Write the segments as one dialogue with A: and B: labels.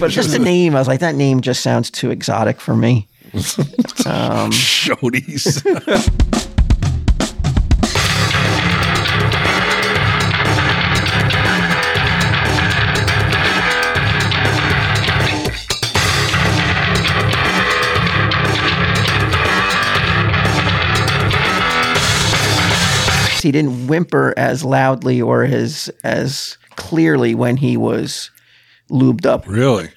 A: but just the name. I was like, that name just sounds too exotic for me.
B: Shodies.
A: He didn't whimper as loudly or as as clearly when he was lubed up.
B: really?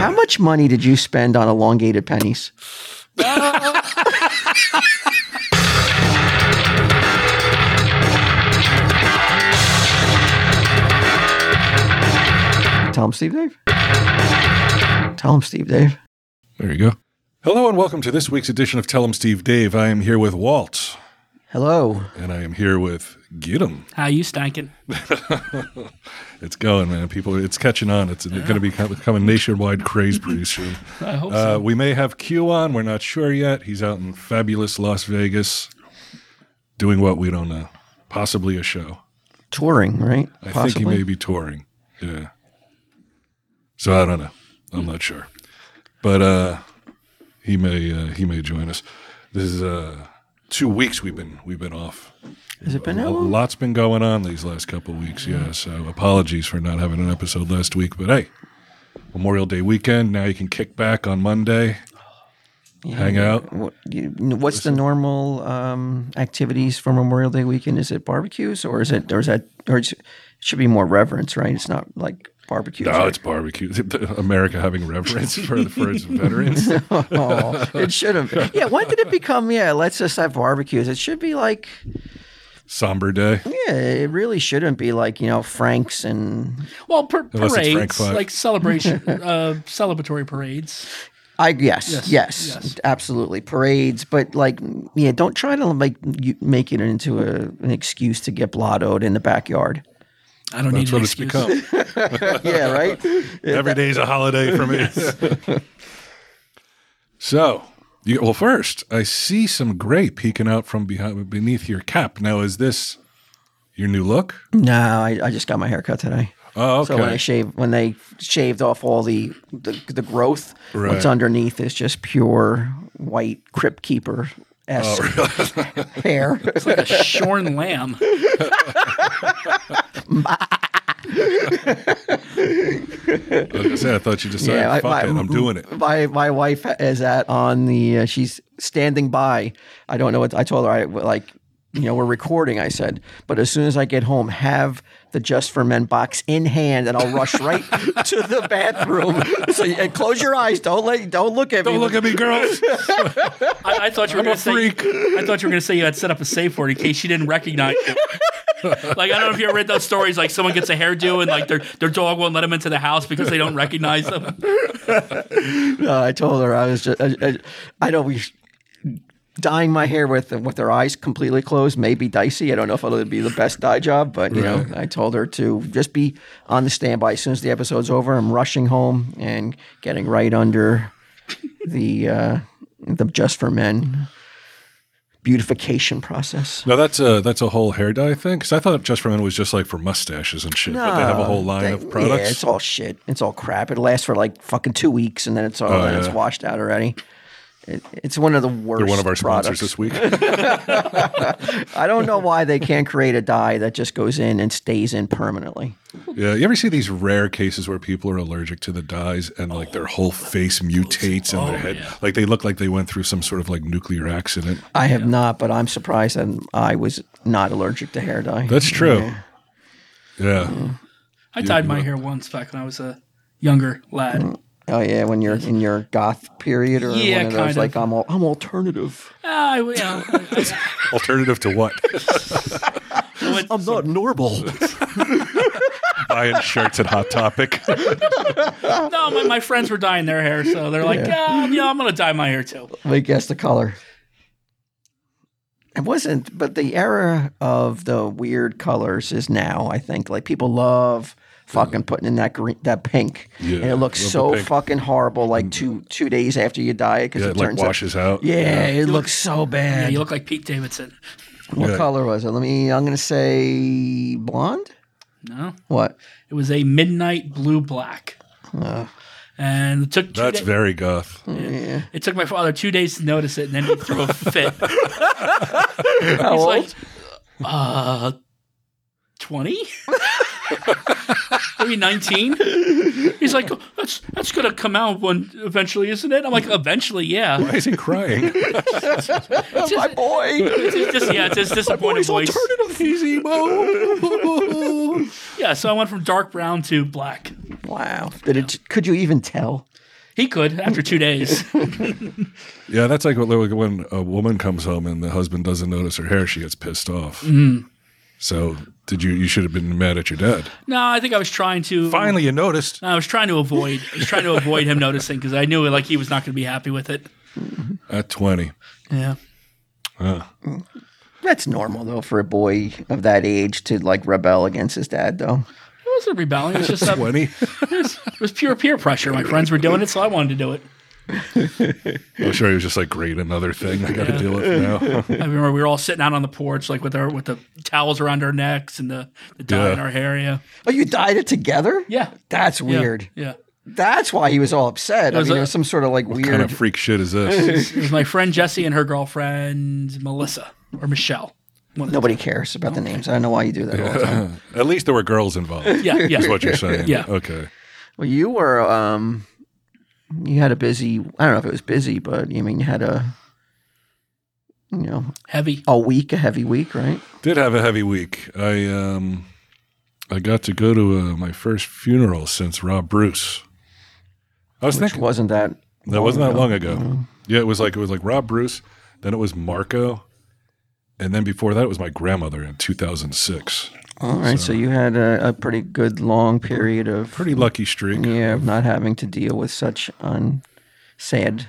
A: How much money did you spend on elongated pennies? Tell him, Steve Dave. Tell him, Steve Dave.
B: There you go. Hello and welcome to this week's edition of Tell 'em Steve Dave. I am here with Walt
A: Hello.
B: and I am here with Get 'em.
C: How you stankin'?
B: It's going, man. People, it's catching on. It's going to be co- becoming nationwide craze pretty soon.
C: I hope
B: Uh, we may have Q on. We're not sure yet. He's out in fabulous Las Vegas doing what we don't know. Possibly a show.
A: Touring, right?
B: I think he may be touring. Yeah. So I don't know. I'm not sure. But uh he may uh, he may join us. This is uh two weeks we've been we've been off.
A: Has it been that
B: A
A: long?
B: lot's been going on these last couple weeks, yeah. So apologies for not having an episode last week, but hey, Memorial Day weekend, now you can kick back on Monday. Hang out.
A: What, you, what's the normal um, activities for Memorial Day weekend? Is it barbecues or is it or is that or it's, it should be more reverence, right? It's not like barbecues.
B: Oh,
A: right?
B: it's barbecue. America having reverence for, for its veterans.
A: Oh, it should have. been. Yeah, when did it become? Yeah, let's just have barbecues. It should be like,
B: Somber day.
A: yeah, it really shouldn't be like you know Franks and.
C: Well, par-
B: Unless it's Frank
C: parades,
B: Fly.
C: like celebration, uh, celebratory parades.
A: I yes, yes,
C: yes.
A: absolutely parades, but like yeah, don't try to like you, make it into a, an excuse to get blottoed in the backyard.
C: I don't
B: That's
C: need an
B: what it's
C: excuse.
B: become.
A: Yeah, right.
B: Every day's a holiday for me. so, you, well, first, I see some gray peeking out from behind beneath your cap. Now, is this your new look?
A: no, I, I just got my haircut today.
B: Oh,
A: Mm-hmm.
B: okay.
A: So when I shave, when they shaved off all the the, the growth,
B: Right.
A: what's underneath is just pure white crypt keeper
B: Oh,
A: esque hair.
C: A shorn lamb.
B: Like I said, I thought you decided,
A: I- mm-hmm.
B: fuck it, I'm doing it.
A: My my wife is at on the. Uh, she's standing by. I don't know what I told her. I like, you know, we're recording. I said, but as soon as I get home, have the Just for Men box in hand, and I'll rush right to the bathroom. So and close your eyes. Don't let. Don't look at me.
B: Don't look at me, girls.
C: I, I thought you were going to say.
B: freak.
C: I thought you were going to say you had set up a safe word in case she didn't recognize you. like I don't know if you ever read those stories. Like someone gets a hairdo and like their their dog won't let them into the house because they don't recognize them.
A: No, Uh, I told her I was just. I, I, I don't. We, dyeing my hair with with their eyes completely closed may be dicey. I don't know if it'll be the best dye job, but you know, I told her to just be on the standby as soon as the episode's over. I'm rushing home and getting right under the uh, the just for men beautification process.
B: Now that's a that's a whole hair dye thing. Because I thought Just for Men was just like for mustaches and shit. but they have a whole line
A: Ah, They-
B: of products.
A: Yeah, it's all shit. It's all crap. It lasts for like fucking two weeks, and then it's all then it's
B: Oh, yeah.
A: washed out already. It, it's one of the worst.
B: They're one of our sponsors
A: products.
B: this week.
A: I don't know why they can't create a dye that just goes in and stays in permanently.
B: Yeah, you ever see these rare cases where people are allergic to the dyes and like their whole face mutates and their head, like they look like they went through some sort of like nuclear accident.
A: I have not, but I'm surprised that I was not allergic to hair dye.
B: That's true. Yeah,
C: I dyed my hair once back when I was a younger lad.
A: Oh yeah, when you're in your goth period or
C: Yeah,
A: one of those
C: kind
A: like
C: of.
A: I'm al- I'm alternative.
C: Ah, I, you know, I-
B: alternative to what?
C: I went-
A: I'm not normal.
B: Buying shirts at Hot Topic.
C: no, my, my friends were dyeing their hair, so they're like, yeah, yeah, I'm going to dye my hair too.
A: Let guess the color. It wasn't, but the era of the weird colors is now. I think like people love fucking putting in that green, that pink,
B: Yeah,
A: and it looks
B: love the
A: so
B: pink. Mm.
A: fucking horrible. Like two two days after you dye it, because
B: Yeah,
A: it
B: it like
A: turns out-
B: washes out.
A: Yeah, it looks so
C: Yeah,
A: bad.
C: you look like Pete Davidson.
A: What
B: Yeah.
A: color was it? Let me. I'm gonna say blonde.
C: No,
A: What?
C: it was a midnight blue black, and it took two
B: That's
C: da-
B: very goth.
A: Yeah.
C: it took my father two days to notice it, and then he threw a fit.
A: How
C: He's
A: old?
C: like, uh, 20? Maybe 19? He's like, that's, that's going to come out one eventually, isn't it? I'm like, eventually, yeah.
B: Why is he crying?
A: That's my boy.
C: It's just, yeah, it's his disappointed voice.
B: He's emo.
C: Yeah, so I went from dark brown to black.
A: wow. Did it? Could you even tell?
C: He could after two days.
B: yeah, that's like what- like when a woman comes home and the husband doesn't notice her hair, she gets pissed off. So did you? You should have been mad at your dad.
C: No, I think I was trying to.
B: Finally, you noticed.
C: I was trying to avoid. I was trying to avoid him noticing because I knew like he was not going to be happy with it.
B: At twenty,
C: Yeah.
A: That's normal though for a boy of that age to like rebel against his dad though.
C: It wasn't rebelling. It was just a,
B: twenty.
C: it was pure peer pressure. My friends were doing it, so I wanted to do it.
B: I'm sure he was just like, great, another thing I got to deal with now.
C: I remember we were all sitting out on the porch, like with our with the towels around our necks and the, the dye in
B: Yeah.
C: our hair. Yeah,
A: Oh, you dyed it together?
C: yeah,
A: That's
C: yeah,
A: weird.
C: Yeah,
A: That's why he was all upset. I
C: was
A: mean,
C: a-
A: it was some sort of like weird.
B: kind of freak shit is this?
C: it was my friend Jesse and her girlfriend Melissa or Michelle.
A: Nobody cares about the names. I don't know why you do that all the time.
B: At least there were girls involved.
C: Yeah, yeah,
B: Is what you're saying.
C: Yeah.
B: Okay.
A: Well, you were, um, you had a busy, I don't know if it was busy, but you mean, you had a, you know,
C: heavy.
B: Oh,
A: a week, a heavy week, right?
B: Did have a heavy week. I um, I got to go to uh, my first funeral since Rob Bruce. I was
A: Which
B: thinking
A: wasn't that.
B: that wasn't that long ago. Yeah, it was like it was like Rob Bruce. Then it was Marco, and then before that it was my grandmother in 2006.
A: All right. So, you had a, a pretty good long period of,
B: Pretty lucky streak.
A: yeah, of not having to deal with such un, sad,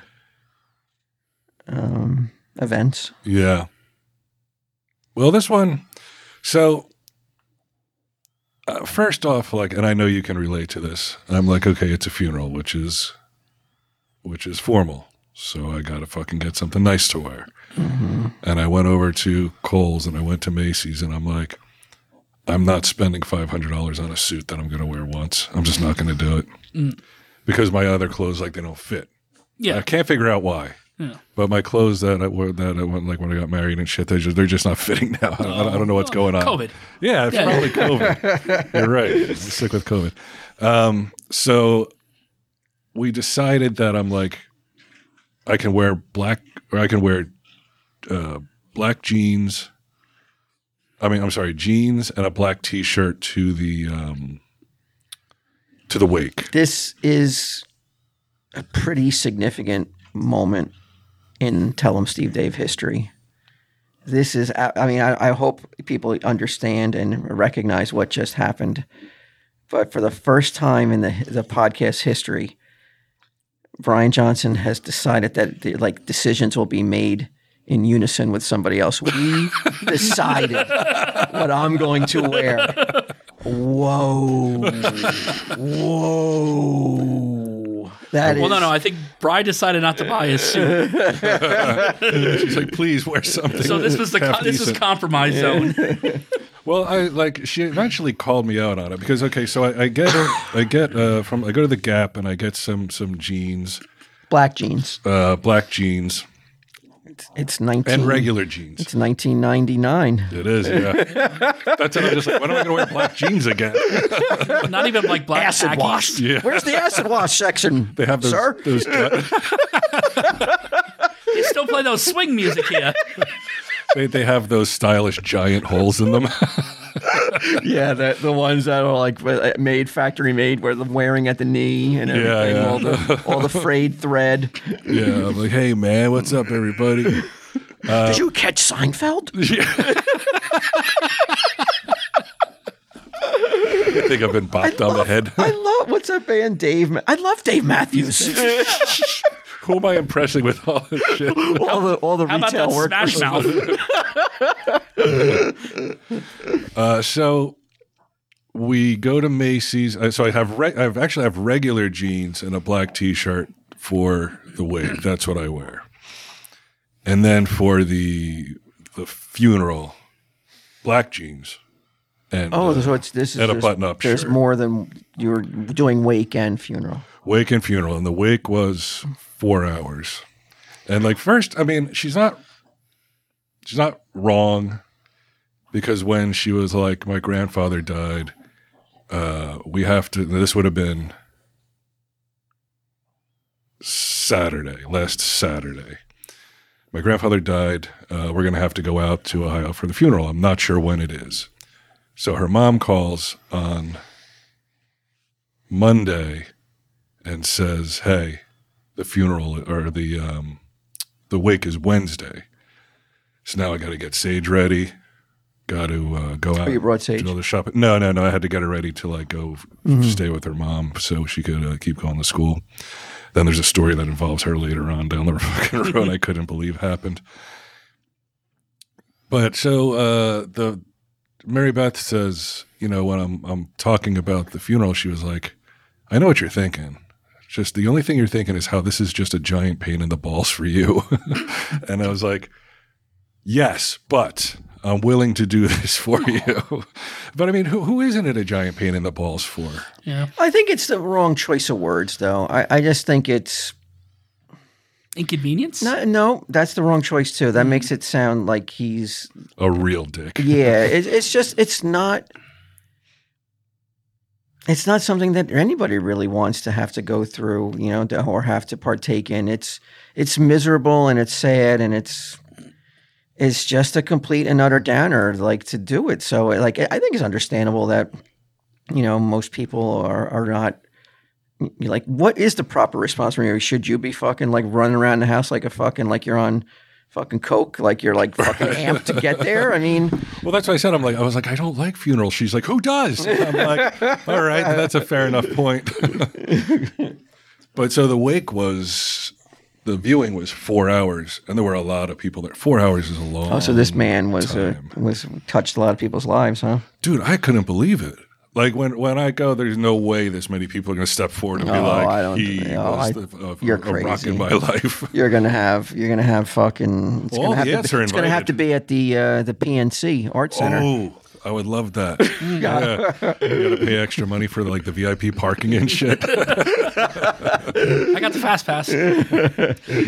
A: um, events.
B: Yeah. Well, this one. So, uh, first off, like, and I know you can relate to this. I'm like, okay, it's a funeral, which is, which is formal. So I gotta fucking get something nice to wear. And I went over to Kohl's and I went to Macy's and I'm like, I'm not spending five hundred dollars on a suit that I'm gonna wear once. I'm just not gonna do it because my other clothes like they don't fit. I
C: Yeah,
B: can't figure out why.
C: Yeah.
B: But my clothes that I wore, that I went like when I got married and shit, they just they're just not fitting now. I, don't, I don't know what's going on.
C: COVID.
B: Yeah, it's
C: Yeah.
B: probably COVID. You're right. I'm sick with COVID. Um, so we decided that I'm like, I can wear black or I can wear uh, black jeans. I mean, I'm sorry, jeans and a black T-shirt to the um, to the wake.
A: this is a pretty significant moment in Tell 'em Steve Dave history. This is, I I mean, I, I hope people understand and recognize what just happened. But for the first time in the, the podcast history, Brian Johnson has decided that the, like decisions will be made in unison with somebody else. We decided what I'm going to wear. Whoa. Whoa. That is
C: Well, no, no. I think Bri decided not to buy his suit,
B: She's like, please wear something.
C: so this was the
B: half
C: co- this was
B: decent."
C: compromise zone.
B: Well, I like she eventually called me out on it because okay, so I, I get her, I get uh, from I go to the Gap and I get some some jeans,
A: black jeans.
B: uh, black jeans
A: It's 19
B: and regular jeans.
A: It's 1999.
B: It is, yeah. That's it. I'm just like, when am I going to wear black jeans again?
C: Not even like black
A: Acid
C: khakis.
A: wash.
B: Yeah.
A: Where's the acid wash section?
B: They have those.
A: sir.
B: those gi-
C: They still play those swing music here.
B: they, they have those stylish giant holes in them.
A: Yeah, the, the ones that are like uh, made factory made, where the wearing at the knee and everything,
B: yeah.
A: all the all the frayed thread.
B: yeah, I'm like, hey man, what's up, everybody?
A: Did you catch Seinfeld?
B: I think I've been bopped on the head.
A: I love what's that band, Dave. Ma- I love Dave Matthews.
B: Who am I impressing with all this shit?
A: all the all the
C: How about
A: retail
C: that
A: work.
C: Smash Mouth?
B: Uh, so we go to Macy's. Uh, So I have re- I've actually have regular jeans and a black T-shirt for the wig. That's what I wear. And then for the the funeral, black jeans, and
A: Oh,
B: uh,
A: so it's this is
B: and a
A: there's-
B: button-up
A: There's
B: shirt.
A: more than you were doing wake and funeral.
B: wake and funeral. And the wake was four hours, and like first, I mean, she's not, she's not wrong, because when she was like, my grandfather died, uh, we have to. This would have been Saturday, last Saturday. My grandfather died. Uh, we're going to have to go out to Ohio for the funeral. I'm not sure when it is. So her mom calls on Monday and says, "Hey, the funeral or the um, the wake is Wednesday. So now I got to get Sage ready. Got to uh, go out.
A: you brought Sage? Mm-hmm.
B: do all the shopping. No, no, no. I had to get her ready to like go f- stay with her mom so she could uh, keep going to school. Then there's a story that involves her later on down the fucking road I couldn't believe happened. But so uh, the Mary Beth says, you know, when I'm I'm talking about the funeral, she was like, I know what you're thinking. Just the only thing you're thinking is how this is just a giant pain in the balls for you. and I was like, yes, but I'm willing to do this for you. but I mean, who, who isn't it a giant pain in the balls for?
C: Yeah.
A: I think it's the wrong choice of words, though. I, I just think it's
C: Inconvenience?
A: no, no. That's the wrong choice too. That makes it sound like he's
B: A real dick.
A: yeah. It, it's just it's not. It's not something that anybody really wants to have to go through, you know, to- or have to partake in. It's it's miserable and it's sad and it's it's just a complete and utter downer, like to do it. So, like, I think it's understandable that you know most people are are not you're like, what is the proper response from you? Should you be fucking like running around the house like a fucking like you're on fucking coke, like you're like fucking amped to get there? I mean,
B: Well, that's what I said. I'm like, I was like, I don't like funerals. She's like, who does? I'm like, all right, that's a fair enough point. but so the wake was, the viewing was four hours, and there were a lot of people there. Four hours is a long.
A: oh, so this man was uh, was touched a lot of people's lives, huh?
B: dude, I couldn't believe it. Like when when I go, there's no way this many people are going to step forward and be
A: No,
B: like,
A: I don't-
B: he
A: no,
B: was
A: I-
B: the, uh,
A: you're
B: a rock
A: crazy.
B: in my life.
A: You're gonna have you're gonna have fucking it's
B: All
A: gonna have
B: the
A: to,
B: ads are
A: it's gonna have
B: invited.
A: to be at the uh, the PNC Art Center.
B: Oh, I would love that. yeah, you got to pay extra money for like the VIP parking and shit.
C: I got the fast pass.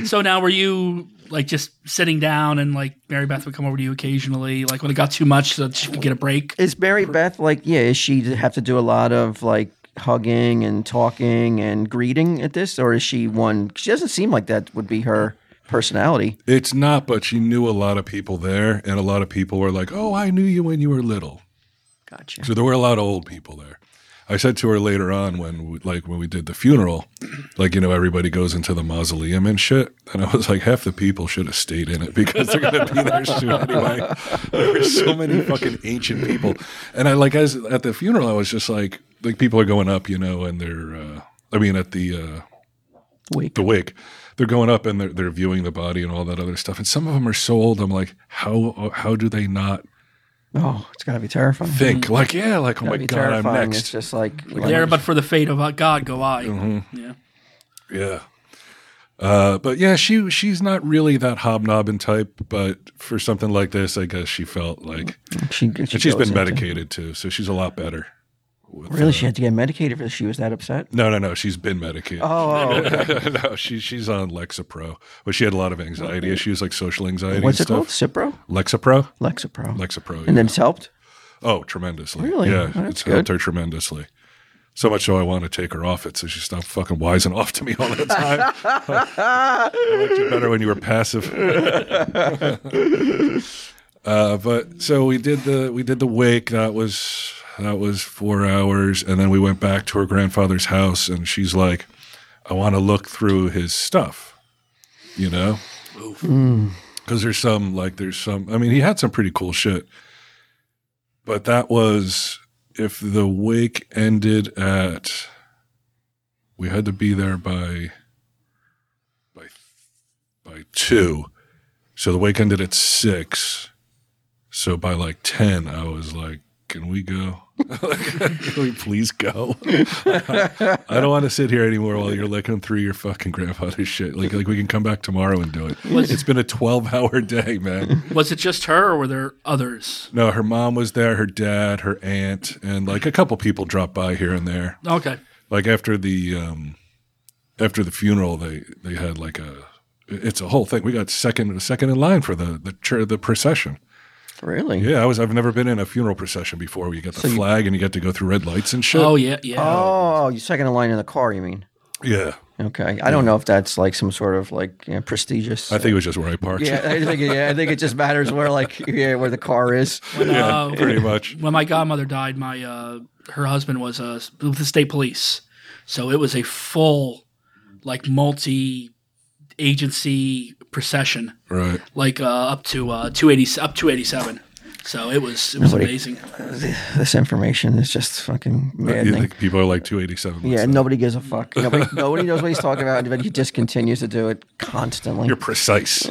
C: so now were you like just sitting down and like Mary Beth would come over to you occasionally, like when it got too much so that she could get a break?
A: Is Mary Beth like yeah? Is she have to do a lot of like? hugging and talking and greeting at this or is she one she doesn't seem like that would be her personality
B: It's not, but she knew a lot of people there, and a lot of people were like, "Oh, I knew you when you were little."
A: gotcha
B: So there were a lot of old people there. I said to her later on when, we- like, when we did the funeral, like you know, everybody goes into the mausoleum and shit, and I was like, half the people should have stayed in it because they're gonna be there soon anyway. There were so many fucking ancient people, and I like as at the funeral, I was just like, like people are going up, you know, and they're, uh, I mean, at the uh,
A: Wake.
B: the wake. They're going up and they're, they're viewing the body and all that other stuff. And some of them are so old. I'm like, how how do they not
A: Oh, it's gotta be terrifying.
B: think? Like, yeah, like oh
A: Gotta
B: my
A: Mm-hmm. be
B: god,
A: terrifying.
B: I'm
A: It's
B: next.
A: just like,
C: There, but for the fate of uh, God, go I.
A: Mm-hmm.
C: Yeah.
B: Yeah. Uh, but yeah, she she's not really that hobnobbing type. But for something like this, I guess she felt like,
A: she, Mm, she
B: and she's
A: goes
B: been
A: into-
B: medicated uh, too, so she's a lot better.
A: Really, she had to get medicated for this. She was that upset.
B: No, no, no, she's been medicated.
A: Oh,
B: no, she she's on Lexapro, but she had a lot of anxiety issues, like social anxiety.
A: what's it
B: and
A: called?
B: stuff.
A: Cipro,
B: Lexapro.
A: Lexapro,
B: Lexapro.
A: and then it's helped.
B: Oh, tremendously.
A: Really?
B: Yeah,
A: Oh, that's
B: it's helped her tremendously. So much so I want to take her off it so she stopped fucking wising off to me all the time. I liked you better when you were passive. uh, but so we did the we did the wake. That was that was four hours, and then we went back to her grandfather's house, and she's like, "I want to look through his stuff," you know, because there's some like there's some. I mean, he had some pretty cool shit but that was if the wake ended at we had to be there by by by 2 so the wake ended at 6 so by like 10 i was like can we go? can we please go? I don't want to sit here anymore while you're looking through your fucking grandfather's shit. Like, like we can come back tomorrow and do it. it's been a 12 hour day, man.
C: Was it just her, or were there others?
B: No, her mom was there, her dad, her aunt, and like a couple people dropped by here and there.
C: Okay.
B: Like after the um, after the funeral, they they had like a it's a whole thing. We got second second in line for the the chur- the procession.
A: Really?
B: Yeah, I was. I've never been in a funeral procession before. Where you get the flag and you get to go through red lights and shit.
C: Oh yeah, yeah.
A: Oh, you second in line in the car, you mean?
B: yeah,
A: Okay. I don't know if that's like some sort of like you know, prestigious.
B: I think it was just where I parked.
A: yeah, I think yeah, I think it just matters where like yeah, where the car is.
C: Uh,
B: pretty much.
C: when my godmother died, my uh, her husband was uh, with the state police, so it was a full, like multi agency procession,
B: Right.
C: like uh, up to uh, two eighty up two eighty seven. So it was it was
A: Nobody-
C: amazing.
A: This information is just fucking
B: You
A: maddening.
B: think people are like 287.
A: Yeah,
B: Yeah.
A: nobody gives a fuck. Nobody, nobody knows what he's talking about, but he just continues to do it constantly.
B: You're precise.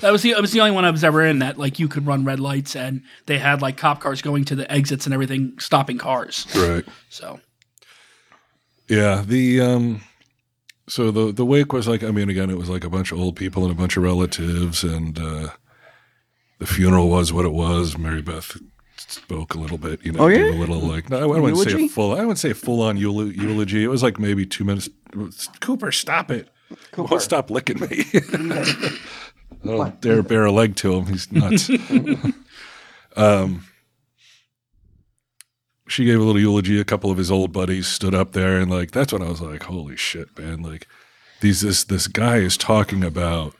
C: That was the it was the only one I was ever in that like you could run red lights and they had like cop cars going to the exits and everything stopping cars.
B: right.
C: So
B: Yeah. The um. So the the wake was like I mean again it was like a bunch of old people and a bunch of relatives and uh, the funeral was what it was. Mary Beth spoke a little bit, you know,
A: Oh, yeah?
B: gave a little like no, I wouldn't say
A: Eulogy?
B: a full I wouldn't say a full on eulogy. It was like maybe two minutes. Cooper, stop it! Won't stop licking me. I don't dare bare a leg to him. He's nuts. um, she gave a little eulogy. A couple of his old buddies stood up there, and like that's when I was like, "Holy shit, man!" Like these this this guy is talking about.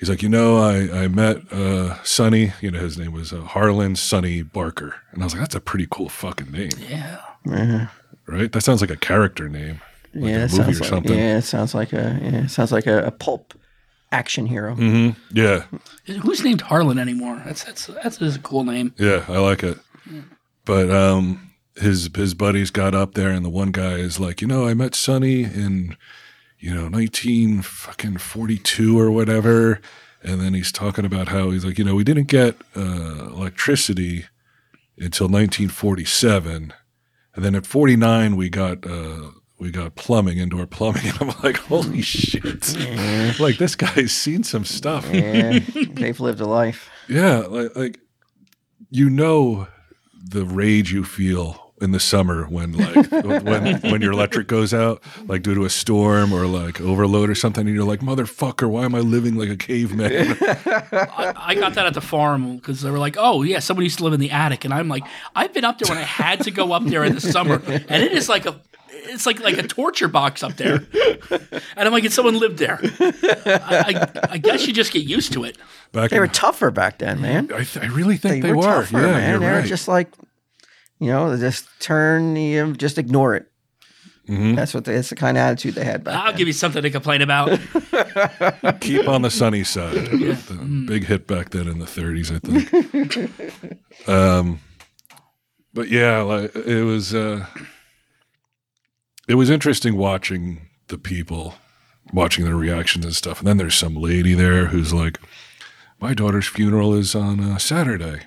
B: He's like, you know, I I met uh, Sonny. You know, his name was uh, Harlan Sonny Barker, and I was like, that's a pretty cool fucking name,
C: yeah,
A: yeah,
B: right? That sounds like a character name, like
A: yeah,
B: a
A: it
B: movie or
A: sounds like
B: something.
A: yeah, it sounds like a yeah, it sounds like a, a pulp action hero.
B: Mm-hmm. yeah,
C: who's named Harlan anymore? That's that's that's a cool name.
B: Yeah, I like it. But um, his his buddies got up there, and the one guy is like, you know, I met Sonny in, you know, nineteen fucking forty two or whatever, and then he's talking about how he's like, you know, we didn't get uh, electricity until nineteen forty seven, and then at forty nine we got. Uh, we got plumbing, indoor plumbing, and I'm like, holy shit! like this guy's seen some stuff.
A: Yeah, they've lived a life.
B: Yeah, like, like you know the rage you feel in the summer when like when when your electric goes out, like due to a storm or like overload or something, and you're like, motherfucker, why am I living like a caveman?
C: I, I got that at the farm because they were like, "Oh yeah, somebody used to live in the attic," and I'm like, "I've been up there when I had to go up there in the summer, and it is like a." It's like like a torture box up there, and I'm like, "If someone lived there, I, I, I guess you just get used to it."
B: Back
A: They
B: in,
A: were tougher back then, man.
B: I, th- I really think
A: They,
B: they,
A: were,
B: were.
A: tougher,
B: yeah,
A: man.
B: you're
A: They
B: right.
A: were just like, you know, they just turn, you know, just ignore it.
B: Mm-hmm.
A: That's what they, that's the kind of attitude they had back
C: I'll
A: then.
C: give you something to complain about.
B: Keep on the sunny side. The Big hit back then in the 30s, I think. um, but yeah, like, it was uh, it was interesting watching the people, watching their reactions and stuff. And then there's some lady there who's like, "My daughter's funeral is on uh, Saturday,"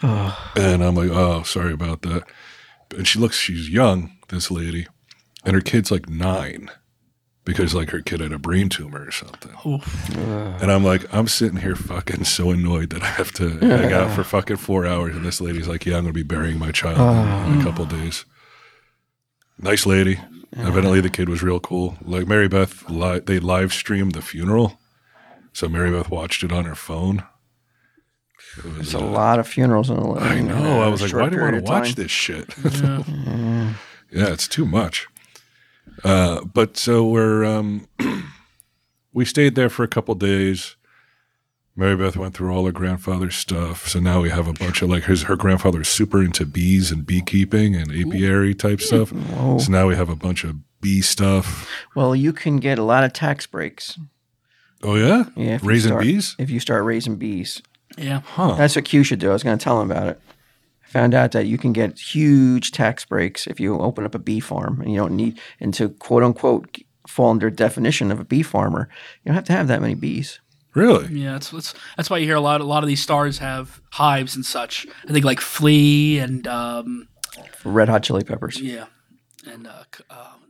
B: and I'm like, "Oh, sorry about that." And she looks, she's young, this lady, and her kid's like nine. Because like her kid had a brain tumor or something. And I'm like, I'm sitting here fucking so annoyed that I have to hang out for fucking four hours. And this lady's like, Yeah, I'm gonna be burying my child in, in a couple days. Nice lady. Evidently, the kid was real cool. Like Mary Beth, li- they live streamed the funeral, so Mary Beth watched it on her phone.
A: There's a lot of funerals in the
B: I
A: in
B: know.
A: a
B: Oh, I was like,
A: short
B: why do you want to
A: period of
B: watch
A: time.
B: this shit? Yeah. it's too much. Uh, but so we're um, we stayed there for a couple days. Mary Beth went through all her grandfather's stuff, so now we have a bunch of like his her grandfather's super into bees and beekeeping and apiary type stuff. So now we have a bunch of bee stuff.
A: Well, you can get a lot of tax breaks.
B: Oh yeah,
A: Yeah, if you
B: raising
A: start-
B: bees,
A: If you start raising bees,
C: Yeah,
B: huh?
A: that's what Q should do. I was going to tell him about it. I found out that you can get huge tax breaks if you open up a bee farm, and you don't need and to quote unquote fall under definition of a bee farmer. You don't have to have that many bees.
B: Really?
C: Yeah, that's that's, that's why you hear a lot. A lot of these stars have hives and such. I think like Flea and um,
A: Red Hot Chili Peppers.
C: yeah, and uh, c- um,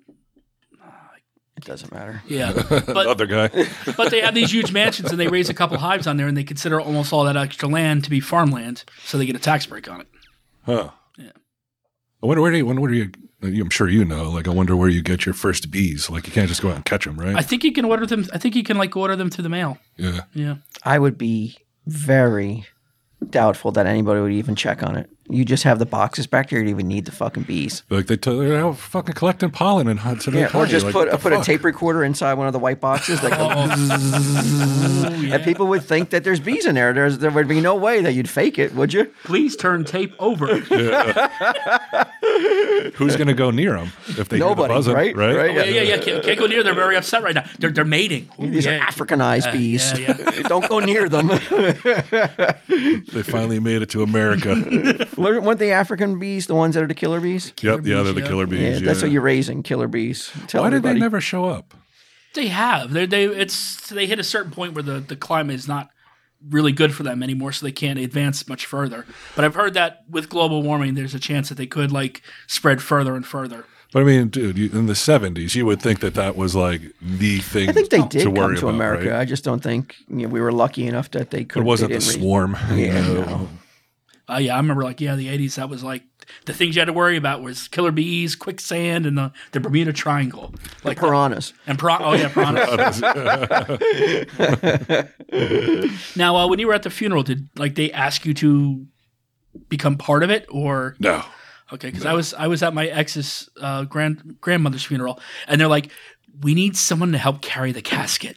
A: It doesn't matter.
C: yeah.
B: The
C: But
B: other guy.
C: but they have these huge mansions and they raise a couple hives on there and they consider almost all that extra land to be farmland, so they get a tax break on it.
B: Huh.
C: Yeah.
B: I wonder where do you, wonder where you, I'm sure you know, like, I wonder where you get your first bees. Like, you can't just go out and catch them, right?
C: I think you can order them. I think you can like order them through the mail.
B: yeah.
C: Yeah.
A: I would be very doubtful that anybody would even check on it. You just have the boxes back there. You don't even need the fucking bees.
B: Like, they tell they're out fucking collecting pollen and hunts.
A: Yeah, or just put put a tape recorder inside one of the white boxes, like, oh, and people would think that there's bees in there. There's there would be no way that you'd fake it, would you?
C: Please turn tape over. yeah,
B: Who's going to go near them if they hear
A: Nobody,
B: the buzzing,
A: right?
B: Right?
A: Right,
C: yeah, yeah. Can't, can't go near. They're very upset right now. They're they're mating. Ooh,
A: These are
C: yeah.
B: Uh,
A: Africanized bees.
C: yeah,
A: Don't go near them.
B: They finally made it to America.
A: Weren't the African bees the ones that are the killer bees?
B: yep. Yeah,
C: bees,
B: they're the
C: yeah.
B: killer
A: Yeah,
B: bees.
A: that's
B: yeah.
A: what you're raising, killer bees. Tell
B: Why did they
A: everybody.
B: never show up?
C: They have. They they it's they hit a certain point where the the climate is not really good for them anymore, so they can't advance much further. But I've heard that with global warming, there's a chance that they could like spread further and further.
B: But I mean, dude, you, in the '70s, you would think that that was like the thing.
A: I think they did
B: to
A: come
B: worry
A: to
B: about,
A: America.
B: right?
A: I just don't think you know, we were lucky enough that they could.
B: It wasn't
A: they
B: the
A: didn't raise-
B: swarm. you
A: Yeah,
B: know.
A: no.
C: Uh, yeah, I remember like yeah, the '80s. That was like the things you had to worry about was killer bees, quicksand, and the, the Bermuda Triangle. Like
A: Piranhas.
C: and piran- oh yeah, piranhas. now, uh, when you were at the funeral, did like they ask you to become part of it or?
B: No.
C: Okay, because I was I was at my ex's uh, grand grandmother's funeral, and they're like, "We need someone to help carry the casket."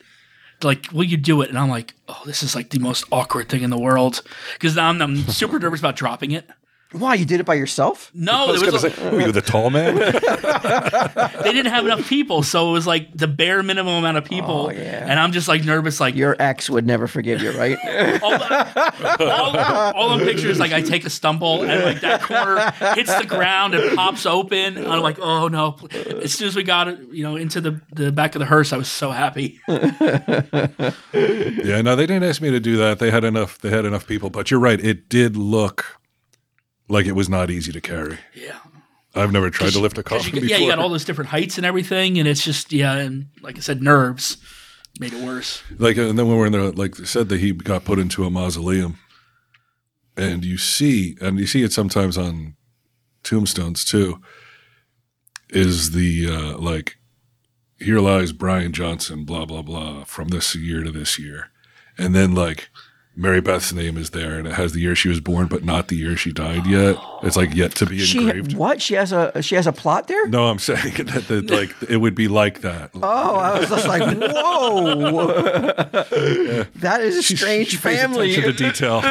C: They're Like, will you do it? And I'm like, oh, this is like the most awkward thing in the world because now I'm, I'm super nervous about dropping it.
A: Why you did it by yourself?
C: No,
B: I
C: there
B: was
C: was
B: gonna say, were you the tall man?
C: they didn't have enough people, so it was like the bare minimum amount of people,
A: Oh, yeah.
C: and I'm just like nervous, like
A: Your ex would never forgive you, right?
C: all, all, all I'm picturing is like I take a stumble and like that corner hits the ground and pops open. I'm like, oh no! As soon as we got it, you know, into the, the back of the hearse, I was so happy.
B: yeah. No, they didn't ask me to do that. They had enough. They had enough people. But you're right. It did look like it was not easy to carry.
C: Yeah,
B: I've never tried to lift a
C: 'Cause
B: coffin
C: you,
B: before.
C: yeah, you got all those different heights and everything, and it's just yeah, and like I said, nerves made it worse.
B: like and then when we're in there like they said that he got put into a mausoleum and you see and you see it sometimes on tombstones too is the uh like here lies brian johnson blah blah blah from this year to this year and then like mary beth's name is there and it has the year she was born but not the year she died yet it's like yet to be
A: she
B: engraved
A: what? She has a she has a plot there?
B: no i'm saying that, that like it would be like that
A: Oh, I was just like, whoa. that is a strange
B: She pays
A: family.
B: attention to detail.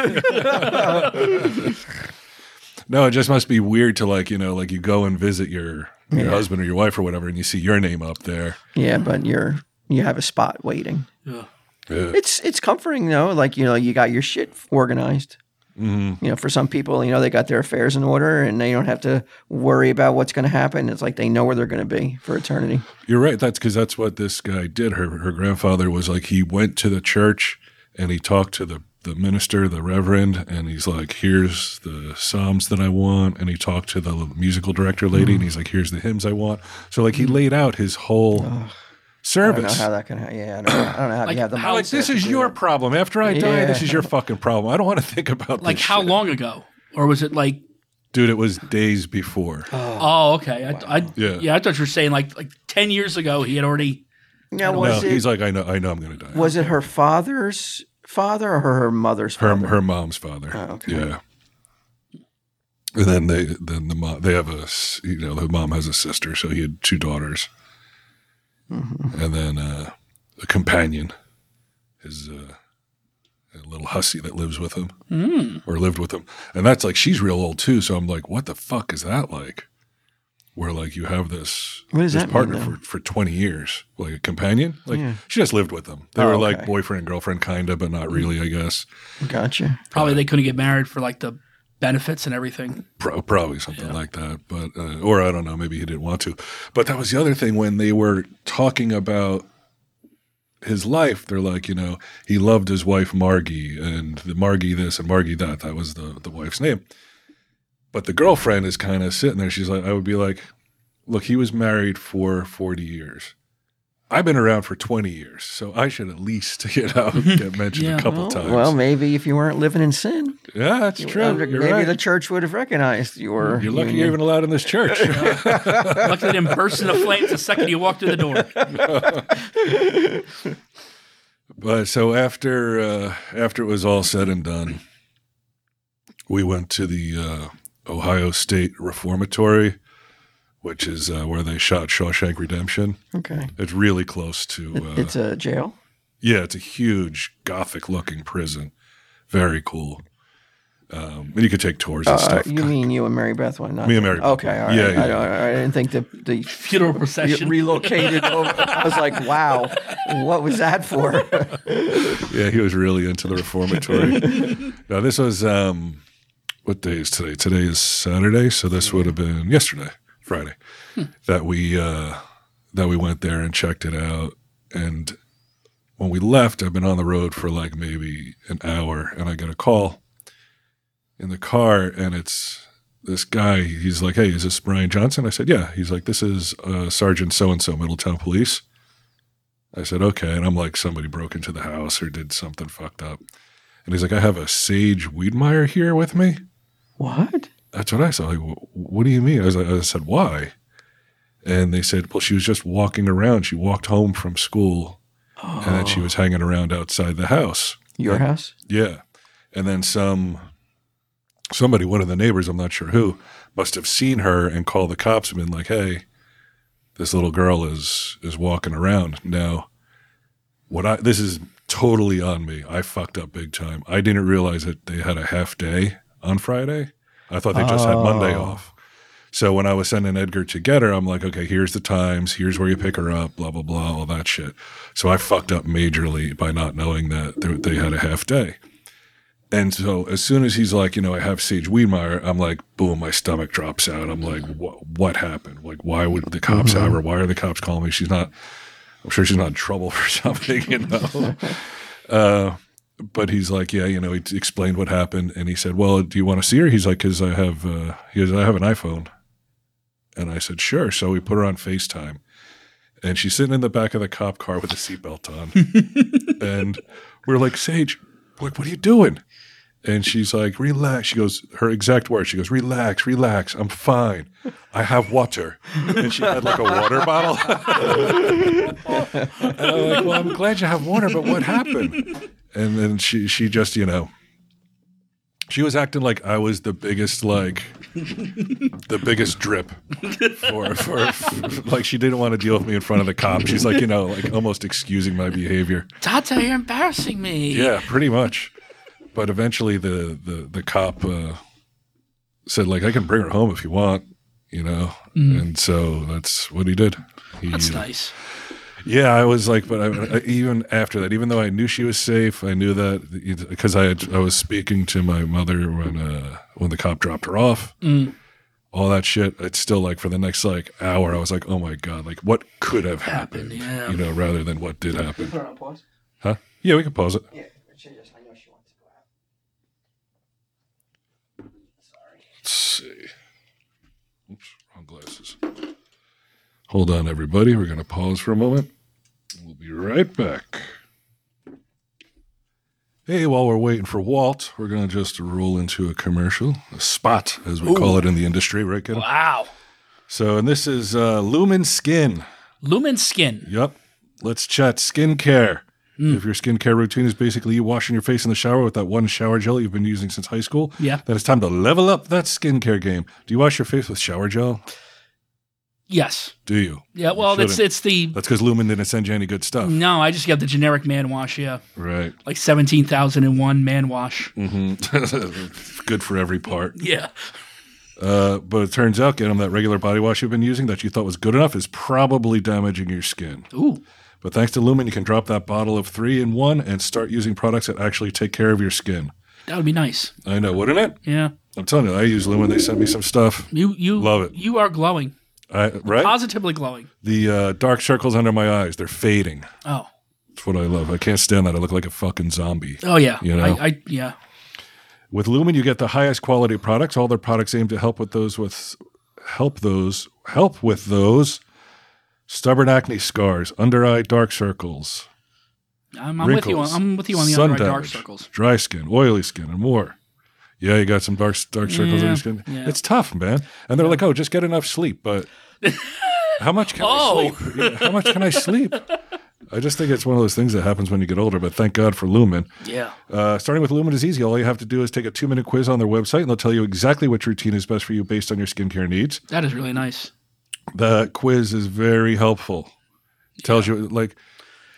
B: no, it just must be weird to like you know like you go and visit your your husband or your wife or whatever, and you see your name up there.
A: Yeah, but you're you have a spot waiting.
C: Yeah.
A: It's it's comforting though. Like you know, you got your shit organized. Mm-hmm. You know, for some people, you know, they got their affairs in order and they don't have to worry about what's going to happen. It's like they know where they're going to be for eternity.
B: You're right. That's because that's what this guy did. Her her grandfather was like he went to the church and he talked to the the minister, the reverend, and he's like, "Here's the psalms that I want." And he talked to the musical director lady,
A: Mm.
B: and he's like, "Here's the hymns I want." So like he laid out his whole
A: I don't know
B: service.
A: how that can happen. Yeah, I don't know, I don't know how you have the
C: how-
B: Like
A: mindset
B: this
A: to
B: is
A: do
B: your
A: it.
B: problem. After I die,
A: Yeah.
B: this is your fucking problem. I don't want to think about
C: Like
B: this
C: how
B: shit.
C: long ago, or was it like?
B: dude. It was days before.
C: Oh, okay. I, I,
B: Yeah.
C: yeah. I thought you were saying like like ten years ago he had already.
A: Now,
B: no,
A: was it
B: he's like, I know, I know, I'm gonna die.
A: was it her father's father or her, her mother's
B: her
A: father? Oh,
B: her mom's father?
A: okay.
B: Yeah. And then they then the mom they have a s- you know the mom has a sister, so he had two daughters,
A: Mm-hmm.
B: and then uh, a companion, his uh, a little hussy that lives with him
A: Hmm.
B: or lived with him, and that's like she's real old too. So I'm like, what the fuck is that like? Where like you have this
A: What does
B: this
A: that mean,
B: partner
A: though?
B: for for 20 years, like a companion, like she just lived with them. They
A: Oh,
B: were
A: okay. Hmm.
B: like boyfriend and girlfriend, kind of, but not really, I guess.
A: Gotcha.
C: Probably they couldn't get married for like the benefits and everything.
B: Pro- probably something like that but uh, or i don't know maybe he didn't want to but that was the other thing when they were talking about his life, they're like, you know, he loved his wife Margie and the Margie this and Margie that. That was the, the wife's name. But the girlfriend is kind of sitting there. She's like, I would be like, look, he was married for 40 years. I've been around for 20 years, so I should at least, you know, get mentioned
C: Yeah.
B: a couple
A: Well,
B: times.
A: well, maybe if you weren't living in sin,
B: yeah, that's
A: you-
B: true.
A: uh,
B: You're
A: maybe
B: right.
A: the church would have recognized your.
B: You're lucky
A: union.
B: you're even allowed in this church.
C: Luckily, they didn't burst into flames the second you walked through the door.
B: But so after uh, after it was all said and done, we went to the uh, Ohio State Reformatory, which is uh, where they shot Shawshank Redemption.
A: okay.
B: It's really close to uh,
A: It's a jail.
B: yeah, it's a huge gothic looking prison, very cool. Um, and you could take tours and
A: Uh,
B: stuff.
A: you mean you and Mary Beth went? Not
B: Me and Mary Beth.
A: Okay, all right.
B: Yeah, yeah.
A: I, don't, I didn't think the the
C: Funeral procession.
A: relocated. over. I was like, wow, what was that for?
B: Yeah, he was really into the reformatory. now this was um, what day is today? Today is Saturday, so this would have been yesterday, Friday, that we uh, that we went there and checked it out. And when we left, I've been on the road for like maybe an hour, and I get a call in the car, and it's this guy. He's like, "Hey, is this Brian Johnson?" I said, "Yeah." He's like, "This is uh, Sergeant So and So, Middletown Police." I said, okay. And I'm like, somebody broke into the house or did something fucked up. And he's like, I have a Sage Weedmeyer here with me.
A: what?
B: That's what I said. Like, "Wh- what do you mean? I, was like, I said, why? And they said, well, she was just walking around. She walked home from school and then she was hanging around outside the house.
A: Your house?
B: Yeah. And then some, somebody, one of the neighbors, I'm not sure who, must have seen her and called the cops and been like, hey, this little girl is is walking around. Now, what I this is totally on me. I fucked up big time. I didn't realize that they had a half day on Friday. I thought they just had Monday
A: Oh.
B: off. So when I was sending Edgar to get her, I'm like, okay, here's the times, here's where you pick her up, blah blah blah, all that shit. So I fucked up majorly by not knowing that they- they had a half day. And so as soon as he's like, you know, I have Sage Weidmeyer, I'm like, boom, my stomach drops out. I'm like, what, what happened? Like, why would the cops have her? Why are the cops calling me? She's not, I'm sure she's not in trouble for something, you know? uh, but he's like, yeah, you know, he explained what happened. And he said, well, do you want to see her? He's like, cause I have, uh, he goes, I have an iPhone. And I said, sure. So we put her on FaceTime and she's sitting in the back of the cop car with a seatbelt on. and we're like, Sage, like, what are you doing? And she's like, relax. She goes, her exact words, she goes, relax, relax. I'm fine. I have water. And she had like a water bottle. and I'm like, well, I'm glad you have water, but what happened? And then she, she just, you know, she was acting like I was the biggest, like, the biggest drip for, for, like, she didn't want to deal with me in front of the cop. She's like, you know, like almost excusing my behavior.
C: Tata, you're embarrassing me.
B: Yeah, pretty much. But eventually, the the the cop uh, said, "Like, I can bring her home if you want," you know. And so that's what he did. He,
C: Mm-hmm. That's nice.
B: Yeah, I was like, but I, I- even after that, even though I knew she was safe, I knew that because I had, I was speaking to my mother when uh, when the cop dropped her off.
C: Mm.
B: All that shit. It's still like for the next like hour, I was like, oh my god, like what could have happened,
C: Happened, yeah.
B: you know, rather than what did happen,
A: Put it on pause.
B: huh? Yeah, we can pause it.
A: Yeah, she just. I know she wants to go out.
B: Let's see. Oops, wrong glasses. Hold on, everybody. We're going to pause for a moment. We'll be right back. Hey, while we're waiting for Walt, we're going to just roll into a commercial, a spot, as we call it in the industry, right, kiddo?
C: Wow.
B: So, and this is uh, Lumen Skin.
C: Lumen skin.
B: Yep. Let's chat skincare.
C: Hmm.
B: If your skincare routine is basically you washing your face in the shower with that one shower gel you've been using since high school,
C: Yeah.
B: then it's time to level up that skincare game. Do you wash your face with shower gel?
C: Yes.
B: Do you?
C: Yeah. Well, it's
B: shouldn't.
C: it's the
B: That's because Lumen didn't send you any good stuff.
C: no. I just got the generic man wash. Yeah,
B: Right.
C: like seventeen thousand and one man wash.
B: Mm-hmm. good for every part.
C: Yeah.
B: Uh, but it turns out getting that regular body wash you've been using that you thought was good enough is probably damaging your skin.
C: Ooh.
B: But thanks to Lumen, you can drop that bottle of three in one and start using products that actually take care of your skin.
C: That would be nice.
B: I know, wouldn't it?
C: Yeah.
B: I'm telling you, I use Lumen. They sent me some stuff.
C: You you
B: Love it.
C: You are glowing.
B: I, right?
C: Positively glowing.
B: The uh, dark circles under my eyes, they're fading.
C: Oh.
B: It's what I love. I can't stand that. I look like a fucking zombie.
C: Oh yeah,
B: You know.
C: I, I yeah.
B: With Lumen, you get the highest quality products. All their products aim to help with those with help those help with those stubborn acne scars, under eye dark circles,
C: I'm, I'm with
B: wrinkles,
C: you. On, I'm with you on the
B: sun
C: under dark
B: damage,
C: circles.
B: dry skin, oily skin, and more. Yeah, you got some dark dark circles on
C: Yeah,
B: your skin.
C: yeah.
B: It's tough, man. And they're like, "Oh, just get enough sleep." But how much can
C: Oh.
B: I sleep? Yeah, How much can I sleep? I just think it's one of those things that happens when you get older. But thank God for Lumen.
C: Yeah.
B: Uh, starting with Lumen is easy. All you have to do is take a two minute quiz on their website, and they'll tell you exactly which routine is best for you based on your skincare needs.
C: That is really nice.
B: The quiz is very helpful. Tells you like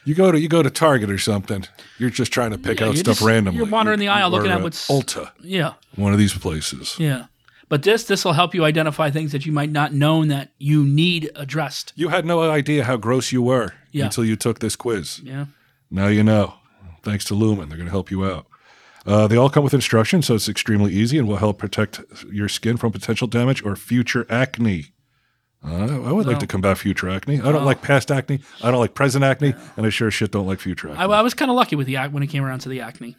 B: you go to you go to Target or something. You're just trying to pick
C: Yeah,
B: out
C: you're
B: stuff
C: just-
B: randomly.
C: you're wandering the aisle
B: Or,
C: looking at
B: uh,
C: what's-
B: Ulta,
C: Yeah.
B: one of these places.
C: Yeah. But this this will help you identify things that you might not known that you need addressed.
B: You had no idea how gross you were
C: Yeah.
B: until you took this quiz.
C: Yeah.
B: Now you know. Thanks to Lumen, they're going to help you out. Uh, they all come with instructions, so it's extremely easy and will help protect your skin from potential damage or future acne. Uh, I would like to combat future acne.
C: Oh.
B: I don't like past acne. I don't like present acne, and I sure as shit don't like future acne.
C: I, I was kind of lucky with the ac- when it came around to the acne,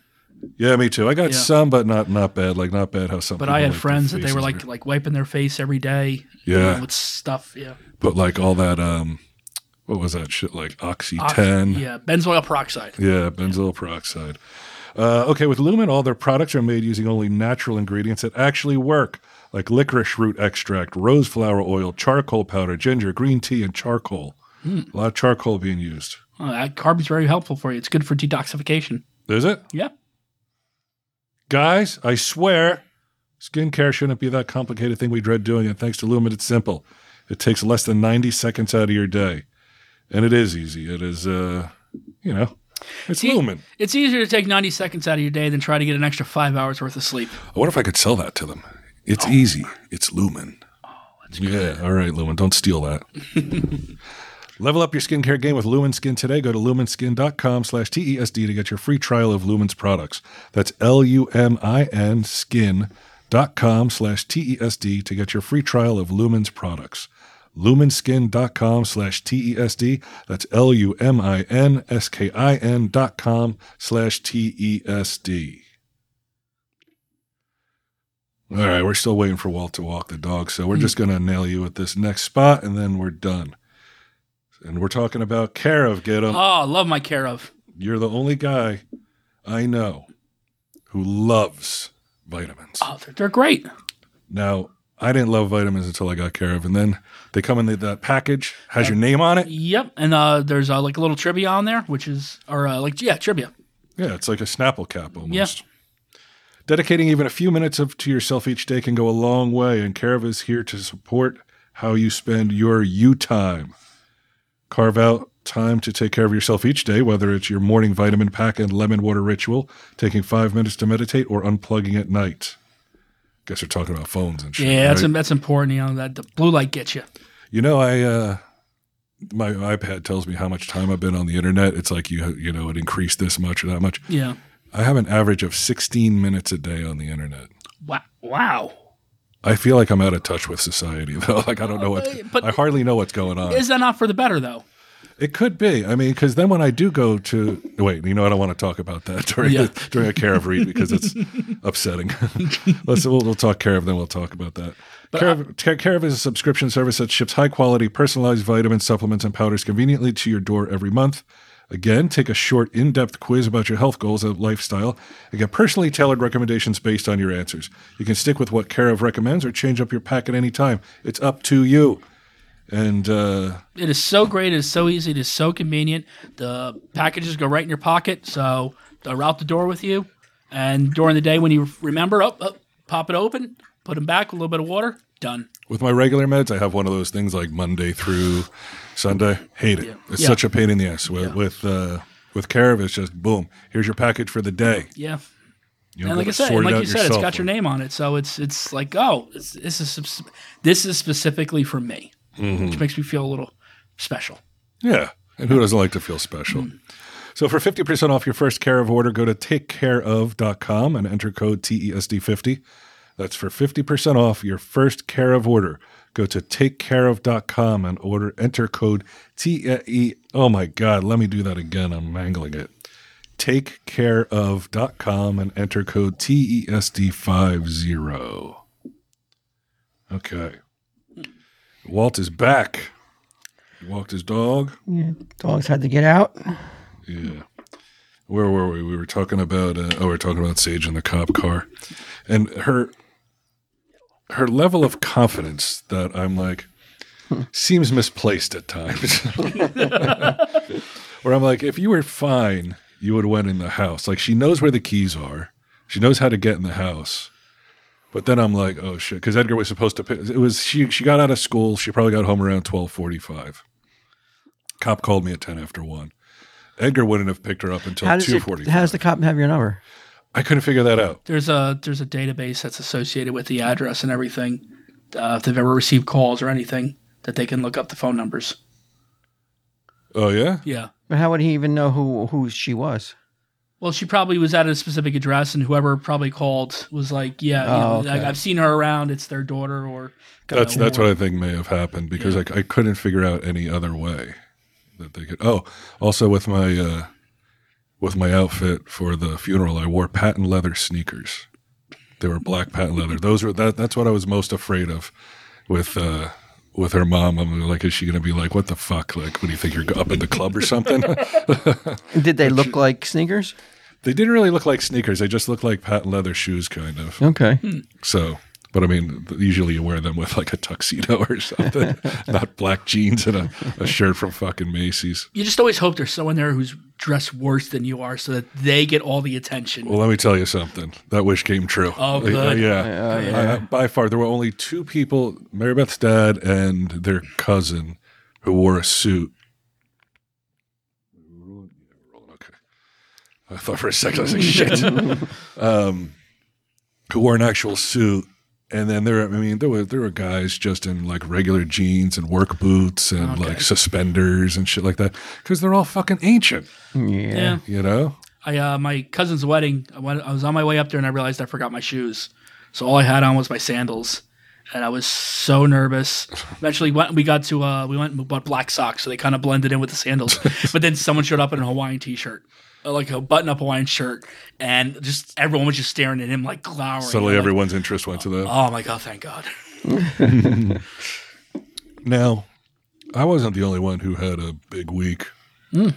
B: yeah, me too. I got
C: Yeah.
B: some, but not not bad. Like not bad how some.
C: but
B: people
C: I had
B: like their
C: friends that they were
B: faces
C: like like wiping their face every day. you
B: Yeah.
C: know, with stuff. Yeah.
B: are- but like all that. Um, what was that shit like? Oxy
C: Ox-
B: ten.
C: Yeah. Benzoyl peroxide.
B: Yeah, benzoyl peroxide. Uh, okay, with Lumen, all their products are made using only natural ingredients that actually work, like licorice root extract, rose flower oil, charcoal powder, ginger, green tea, and charcoal.
C: Hmm.
B: A lot of charcoal being used.
C: Oh, that carbon's very helpful for you. It's good for detoxification.
B: Is it?
C: Yeah.
B: Guys, I swear, skincare shouldn't be that complicated thing we dread doing, and thanks to Lumen, it's simple. It takes less than 90 seconds out of your day. And it is easy. It is, uh, you know, it's
C: See-
B: Lumen.
C: It's easier to take 90 seconds out of your day than try to get an extra five hours worth of sleep.
B: I wonder if I could sell that to them. It's easy. It's Lumen. yeah. All right, Lumen. Don't steal that. Level up your skincare game with Lumen Skin today. Go to lumenskin.com slash TESD to get your free trial of Lumen's products. That's L U M I N skin.com slash TESD to get your free trial of Lumen's products. Lumenskin.com slash TESD. That's L U M I N S K I N dot com slash E TESD. All right, we're still waiting for Walt to walk the dog, so we're just going to nail you at this next spot, and then we're done. And we're talking about care of get 'em.
C: Oh, I love my care of.
B: You're the only guy I know who loves vitamins.
C: Oh, they're, they're great.
B: Now, I didn't love vitamins until I got care of, and then they come in the, that package has your name on it.
C: Yep. And uh, there's uh, like a little trivia on there, which is, or uh, like, yeah, trivia.
B: Yeah, it's like a Snapple cap almost. Dedicating even a few minutes of, to yourself each day can go a long way, and Care of is here to support how you spend your you time. Carve out time to take care of yourself each day, whether it's your morning vitamin pack and lemon water ritual, taking five minutes to meditate, or unplugging at night. Guess we're talking about phones and shit.
C: Yeah, that's,
B: right?
C: that's important. You know, that the blue light gets you.
B: You know, I uh, my iPad tells me how much time I've been on the internet. It's like you you know it increased this much or that much.
C: Yeah.
B: I have an average of 16 minutes a day on the internet.
C: Wow. Wow.
B: I feel like I'm out of touch with society though. Like I don't know what
C: but-
B: I hardly know what's going on.
C: Is that not for the better, though?
B: It could be. I mean, because then when I do go to wait, you know, I don't want to talk about that during
C: Yeah.
B: the, during a care of read because it's upsetting. Let's we'll, we'll talk care of then we'll talk about that. Care of, Care- Care of is a subscription service that ships high quality personalized vitamins, supplements, and powders conveniently to your door every month. Again, take a short, in depth quiz about your health goals and lifestyle and get personally tailored recommendations based on your answers. You can stick with what Care of recommends or change up your pack at any time. It's up to you. And uh,
C: It is so great. It is so easy. It is so convenient. The packages go right in your pocket. So they're out the door with you. And during the day, when you remember, oh, oh, pop it open, put them back, a little bit of water, done.
B: With my regular meds, I have one of those things like Monday through Sunday. Hate it. It's
C: Yeah.
B: such a pain in the ass. With with uh, with Care of, it's just boom. Here's your package for the day.
C: Yeah.
B: You
C: And
B: don't
C: like I
B: gotta
C: said,
B: sort
C: and
B: it
C: like
B: out
C: you said, it's
B: yourself.
C: got your name on it, so it's it's like oh, it's, this is subs- this is specifically for me,
B: Mm-hmm.
C: which makes me feel a little special.
B: Yeah, and who doesn't like to feel special? So for 50% off your first Care of order, go to takecareof.com E and enter code TESD50. That's for 50% off your first Care of order. Go to takecareof.com and order enter code TE. Oh my God, let me do that again. I'm mangling it. Takecareof.com and enter code E TESD50. Okay. Walt is back. He walked his dog.
A: Yeah, dogs had to get out.
B: Yeah. Where were we? We were talking about uh, oh, we were talking about Sage in the cop car, and her her level of confidence that I'm like
A: Hmm.
B: seems misplaced at times. where I'm like, if you were fine, you would went in the house. Like she knows where the keys are. She knows how to get in the house. But then I'm like, oh shit, because Edgar was supposed to. Pick, it was she. She got out of school. She probably got home around twelve forty-five. Cop called me at ten after one. Edgar wouldn't have picked her up until
A: How does
B: two
A: it, how
B: forty-five.
A: does the cop have your number?
B: I couldn't figure that out.
C: There's a there's a database that's associated with the address and everything. Uh, if they've ever received calls or anything, that they can look up the phone numbers.
B: Oh yeah,
C: Yeah.
A: But how would he even know who who she was?
C: Well, she probably was at a specific address, and whoever probably called was like, "Yeah, you
A: Oh,
C: know, like,
A: okay.
C: I've seen her around. It's their daughter." Or
B: that's
C: know,
B: that's
C: or-
B: what I think may have happened because I, I couldn't figure out any other way that they could. Oh, also with my uh, with my outfit for the funeral, I wore patent leather sneakers. They were black patent leather. Those were that. That's what I was most afraid of with uh, with her mom. I'm like, is she going to be like, what the fuck? Like, what do you think you're up in the club or something?
A: Did they look like sneakers?
B: they didn't really look like sneakers. They just looked like patent leather shoes, kind of.
A: Okay.
B: So, but I mean, usually you wear them with like a tuxedo or something, not black jeans and a, a shirt from fucking Macy's.
C: you just always hope there's someone there who's dressed worse than you are, so that they get all the attention.
B: Well, let me tell you something. That wish came true.
C: Oh,
B: Like, uh,
C: good.
B: yeah. I- I- by far, there were only two people, Mary Beth's dad and their cousin, who wore a suit. Okay. I thought for a second, I was like, shit. um, who wore an actual suit. And then there, I mean, there were there were guys just in like regular jeans and work boots and
C: Okay.
B: like suspenders and shit like that because they're all fucking ancient,
A: Yeah.
C: yeah.
B: you know.
C: I uh, my cousin's wedding. I went. I was on my way up there, and I realized I forgot my shoes. So all I had on was my sandals, and I was so nervous. Eventually, went, we got to uh, we went and bought black socks, so they kind of blended in with the sandals. but then someone showed up in a Hawaiian t-shirt, uh, like a button-up Hawaiian shirt, and just everyone was just staring at him like glowering.
B: Suddenly,
C: Like,
B: everyone's interest went to them.
C: Oh my god! Thank God.
B: Now, I wasn't the only one who had a big week.
A: Hmm.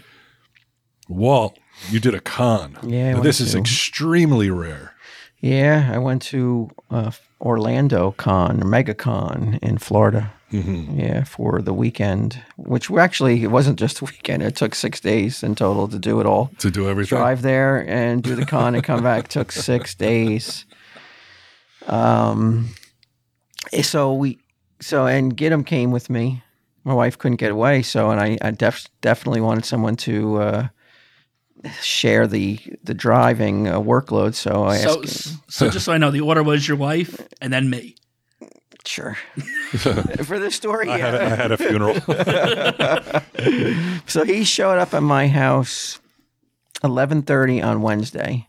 B: Walt, you did a con.
A: Yeah, I
B: Now, this
A: went
B: is
A: to.
B: extremely rare.
A: Yeah, I went to uh, Orlando Con or MegaCon in Florida. Yeah, for the weekend, which were- actually it wasn't just the weekend. It took six days in total to do it all.
B: To do everything.
A: Drive there and do the con and come back took six days. Um, so we, so and Gidim came with me. My wife couldn't get away, so and I, I def- definitely wanted someone to uh, share the the driving uh, workload. So I
C: So,
A: asked.
C: so just so I know, the order was your wife and then me.
A: Sure. For this story,
B: I, had a,
A: yeah.
B: I had a funeral.
A: So he showed up at my house 11:30 on Wednesday.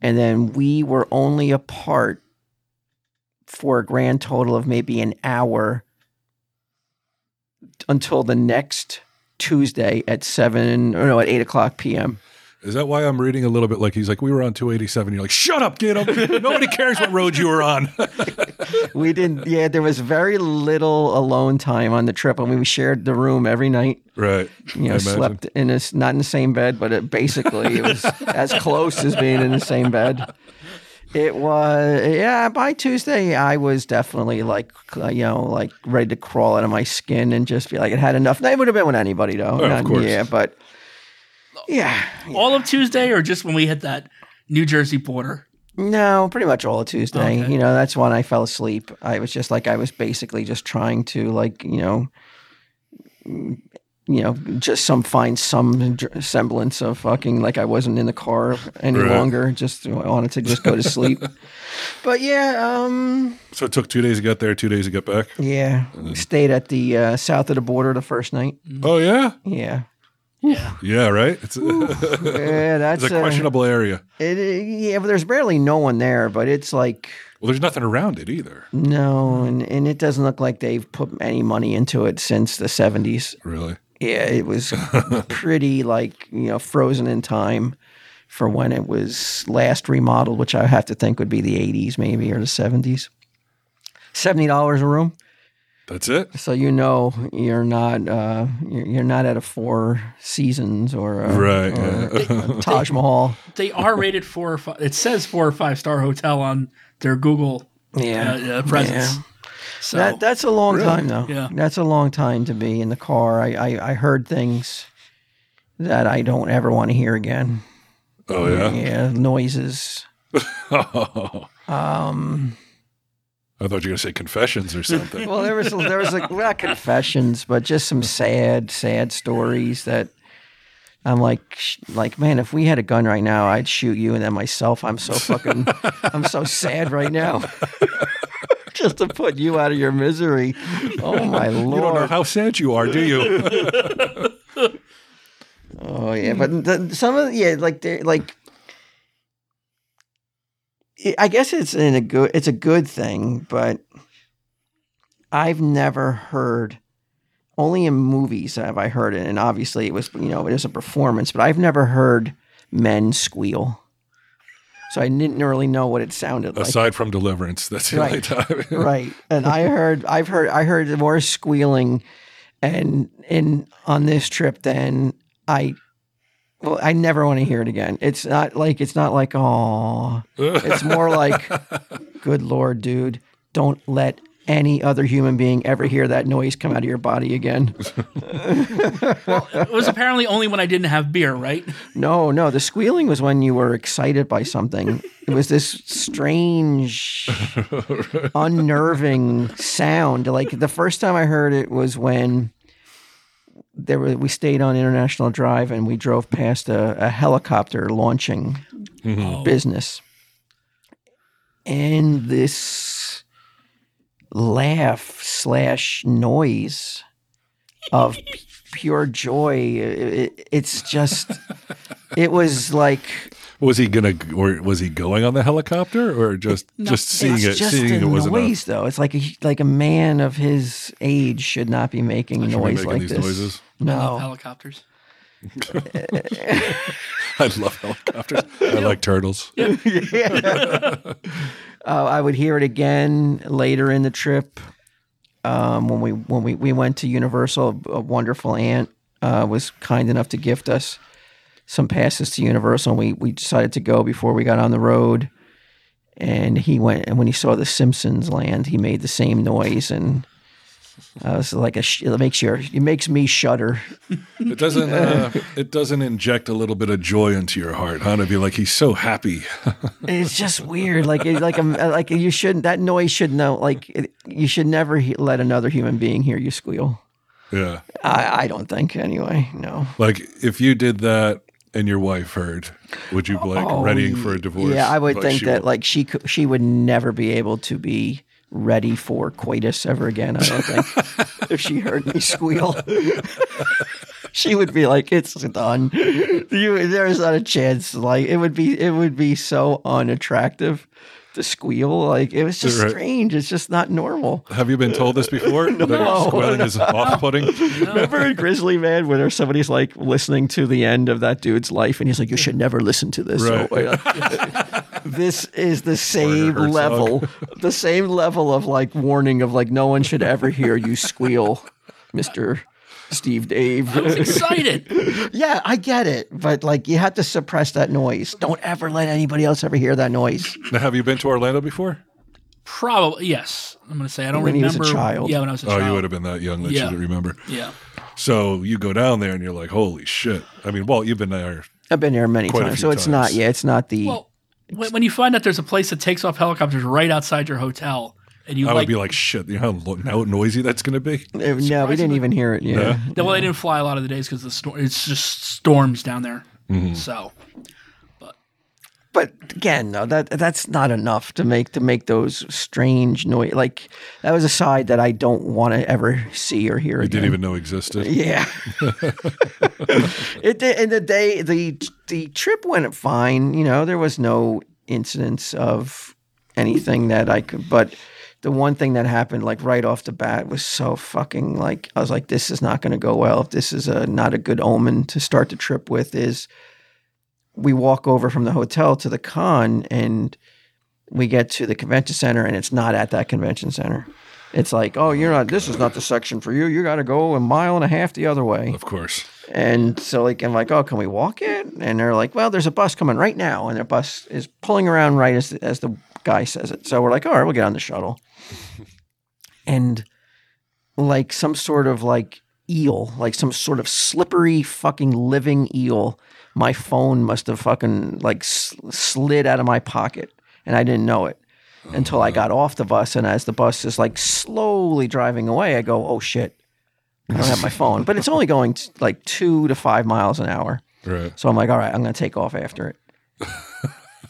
A: And then we were only apart for a grand total of maybe an hour until the next Tuesday at seven or no at eight o'clock p.m.
B: is that why I'm reading a little bit like he's like, we were on 287. You're like, shut up, kid. Nobody cares what road you were on.
A: We didn't. Yeah, there was very little alone time on the trip, and we shared the room every night.
B: right.
A: you
B: I
A: know,
B: imagine.
A: slept in this not in the same bed, but it basically it was as close as being in the same bed. It was yeah. By Tuesday, I was definitely like uh, you know like ready to crawl out of my skin and just be like, it had enough. Now, It would have been with anybody though.
B: Oh, of
A: Not-
B: course.
A: Yeah, but yeah,
C: All of Tuesday, or just when we hit that New Jersey border.
A: no, pretty much all of Tuesday.
C: Okay.
A: You know, that's when I fell asleep. I was just like I was basically just trying to like you know. you know, just some find some dr- semblance of fucking like I wasn't in the car any
B: Right.
A: longer. Just you know, I wanted to just go to sleep. but yeah, um,
B: So it took two days to get there, two days to get back.
A: yeah,
B: Mm-hmm.
A: stayed at the uh, south of the border the first night.
B: Oh, yeah.
A: Yeah,
B: Yeah, right. It's, it's
A: yeah, that's uh,
B: a questionable area.
A: It, yeah, but there's barely no one there. But it's like
B: Well, there's nothing around it either.
A: No, and, and it doesn't look like they've put any money into it since the 70s.
B: Really?
A: Yeah, it was pretty like, you know, frozen in time for when it was last remodeled, which I have to think would be the 80s maybe or the 70s. $70 a room.
B: That's it.
A: So you know you're not uh, you're you're not at a Four Seasons or a,
B: Right.
A: or
B: yeah.
A: a Taj Mahal.
C: They are rated four or five. It says four or five star hotel on their Google
A: Yeah.
C: uh, uh, presence.
A: Yeah.
C: So
A: That that's a long time though.
C: Yeah.
A: That's a long time to be in the car. I, I, I heard things that I don't ever want to hear again.
B: oh yeah.
A: Yeah, noises. Um,
B: I thought you were gonna say confessions or something.
A: Well, there was there was like not confessions, but just some sad, sad stories that I'm like, sh- like man, if we had a gun right now, I'd shoot you and then myself. I'm so fucking, I'm so sad right now. just to put you out of your misery. Oh my lord.
B: you don't know how sad you are, do you?
A: Oh yeah, but the, some of yeah, like they like. I- I guess it's in a good it's a good thing, but I've never heard. Only in movies have I heard it, and obviously it was you know it was a performance, but I've never heard men squeal. So I didn't really know what it sounded like.
B: Aside from deliverance, that's the only
A: Right.
B: time.
A: right and i heard i've heard i heard more squealing and in on this trip than i well i never want to hear it again it's not like it's not like oh it's more like good lord dude don't let any other human being ever hear that noise come out of your body again
C: it was apparently only when I didn't have beer, right?
A: No, no. The squealing was when you were excited by something. it was this strange, unnerving sound. Like the first time I heard it was when there were, we stayed on International Drive and we drove past a, a helicopter launching business, and this laugh slash noise of p- pure joy. It- it's just, it was like
B: Was he gonna, or was he going on the helicopter, or just just seeing it,
A: it's just
B: seeing
A: a
B: it was enough?
A: noise, though. It's like a, like a man of his age should not be making
B: Should we
A: noise
B: making
A: like
B: these
A: this.
B: noises?
A: No,
C: Helicopters.
B: I love helicopters. I like turtles.
A: uh, I would hear it again later in the trip. Um, when we when we, we went to Universal, a wonderful aunt uh, was kind enough to gift us some passes to Universal. And we we decided to go before we got on the road. And he went, and when he saw the Simpsons land, he made the same noise, and I was like, a sh- it makes your it makes me shudder.
B: It doesn't. Uh, it doesn't inject a little bit of joy into your heart, huh? To be like he's so happy.
A: It's just weird. Like it, like um, like you shouldn't. That noise should know. Like it, you should never he- let another human being hear you squeal.
B: Yeah.
A: I, I don't think anyway. No.
B: Like if you did that and your wife heard, would you be like readying for a divorce?
A: Oh, Yeah, I would
B: But
A: think
B: she
A: that
B: won't.
A: like she cou- she would never be able to be ready for coitus ever again. I don't think if she heard me squeal. She would be like, "It's done. You, there's not a chance." Like it would be, it would be so unattractive to squeal. Like it was just
B: Right.
A: strange. It's just not normal.
B: Have you been told this before? no. That squealing is off-putting.
A: Remember in Grizzly Man when there's somebody's like listening to the end of that dude's life and he's like, You should never listen to this.
B: Right.
A: So, uh, this is the same
B: Werner Herzog.
A: level, the same level of like warning of like, no one should ever hear you squeal, Mr. Steve Dave.
C: I was excited.
A: yeah, I get it. But like, you have to suppress that noise. Don't ever let anybody else ever hear that noise.
B: Now, have you been to Orlando before?
C: Probably yes. I'm gonna say I don't
A: When he was
C: remember.
A: a child.
C: Yeah, when I was a
B: Oh,
C: child.
B: you would have been that young that
C: Yeah.
B: you didn't remember.
C: Yeah.
B: So you go down there and you're like, holy shit. I mean, well, you've been there.
A: I've been there many
B: Quite a
A: times.
B: few
A: So it's not,
B: times.
A: yeah, it's not the.
C: Well, when, when you find out there's a place that takes off helicopters right outside your hotel, and you
B: I would
C: like,
B: be like, shit, you know how, lo- how noisy that's going to be?
A: uh, no, we didn't even hear it. Yeah.
C: Then, well, they didn't fly a lot of the days because the storm. It's just storms down there.
B: Mm-hmm.
C: So
A: but again, no, that that's not enough to make to make those strange noise. Like that was a side that I don't want to ever see or hear
B: You
A: again.
B: didn't even know existed.
A: Yeah. it did, and the day the the trip went fine. You know, there was no incidents of anything that I could. But the one thing that happened, like right off the bat, was so fucking like I was like, this is not going to go well. If this is a not a good omen to start the trip with, is we walk over from the hotel to the con and we get to the convention center and it's not at that convention center. It's like, oh, you're not. This is not the section for you. You got to go a mile and a half the other way.
B: Of course.
A: And so like I'm like, oh, can we walk it? And they're like, well, there's a bus coming right now, and their bus is pulling around right as as the guy says it. So we're like, all right, we'll get on the shuttle. and like some sort of like eel, like some sort of slippery fucking living eel. My phone must have fucking like s- slid out of my pocket, and I didn't know it until I got off the bus. And as the bus is like slowly driving away, I go, oh shit. I don't have my phone, but it's only going t- like two to five miles an hour.
B: Right.
A: So I'm like, all right, I'm going to take off after it.